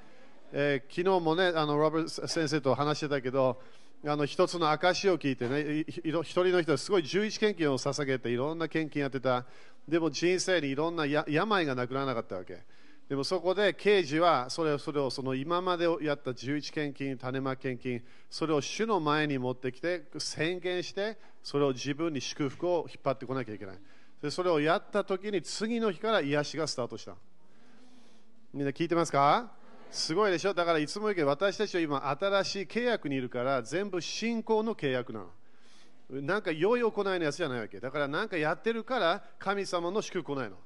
えー昨日もね、あのロバート先生と話してたけど、あの一つの証を聞いてね、いいろ一人の人はすごい11献金を捧げて、いろんな献金やってた、でも人生にいろんなや病がなくならなかったわけ。でもそこで刑事はそれをそれをその今までやった11献金、種まき献金、それを主の前に持ってきて宣言して、それを自分に祝福を引っ張ってこなきゃいけない。でそれをやった時に次の日から癒しがスタートした。みんな聞いてますかすごいでしょだからいつも言うけど私たちは今新しい契約にいるから全部信仰の契約なの。なんか良い行いのやつじゃないわけ。だからなんかやってるから神様の祝福来ないの。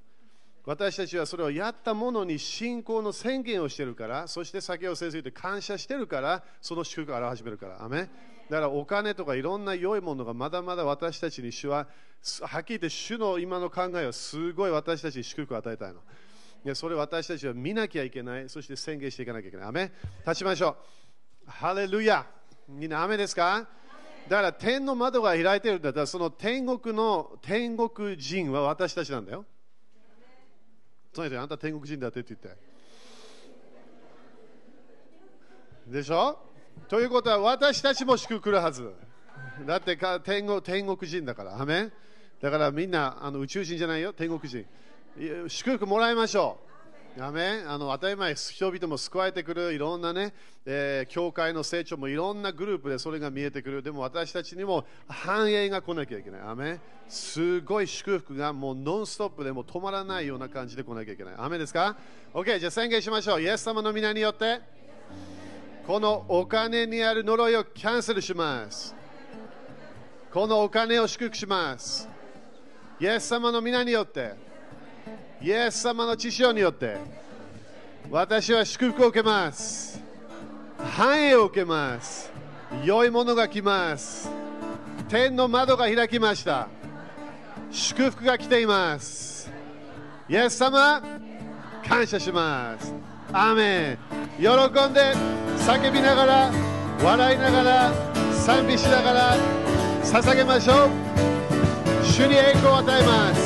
私たちはそれをやったものに信仰の宣言をしてるから、そして先を先生言って感謝してるから、その祝福が現れ始めるから。アメンだからお金とかいろんな良いものがまだまだ私たちに主は、すはっきり言って主の今の考えはすごい私たちに祝福を与えたいの。いやそれを私たちは見なきゃいけない、そして宣言していかなきゃいけない。アメン立ちましょう。ハレルヤみんな、雨ですかだから天の窓が開いてるんだったら、その天国の天国人は私たちなんだよ。その人にあんた天国人だってって言って。でしょということは私たちも祝福来るはず。だってか天国天国人だから。アメンだからみんなあの宇宙人じゃないよ、天国人。いや祝福もらいましょう。アメンあの当たり前、人々も救われてくる、いろんなね、えー教会の成長もいろんなグループでそれが見えてくる、でも私たちにも繁栄が来なきゃいけない、アメンすごい祝福がもうノンストップでもう止まらないような感じで来なきゃいけない、アメンですか ?OK、じゃあ宣言しましょう、イエス様の皆によって、このお金にある呪いをキャンセルします、このお金を祝福します、イエス様の皆によって。イエス様の血潮によって私は祝福を受けます繁栄を受けます良いものが来ます天の窓が開きました祝福が来ていますイエス様感謝しますアーメン喜んで叫びながら笑いながら賛美しながら捧げましょう主に栄光を与えます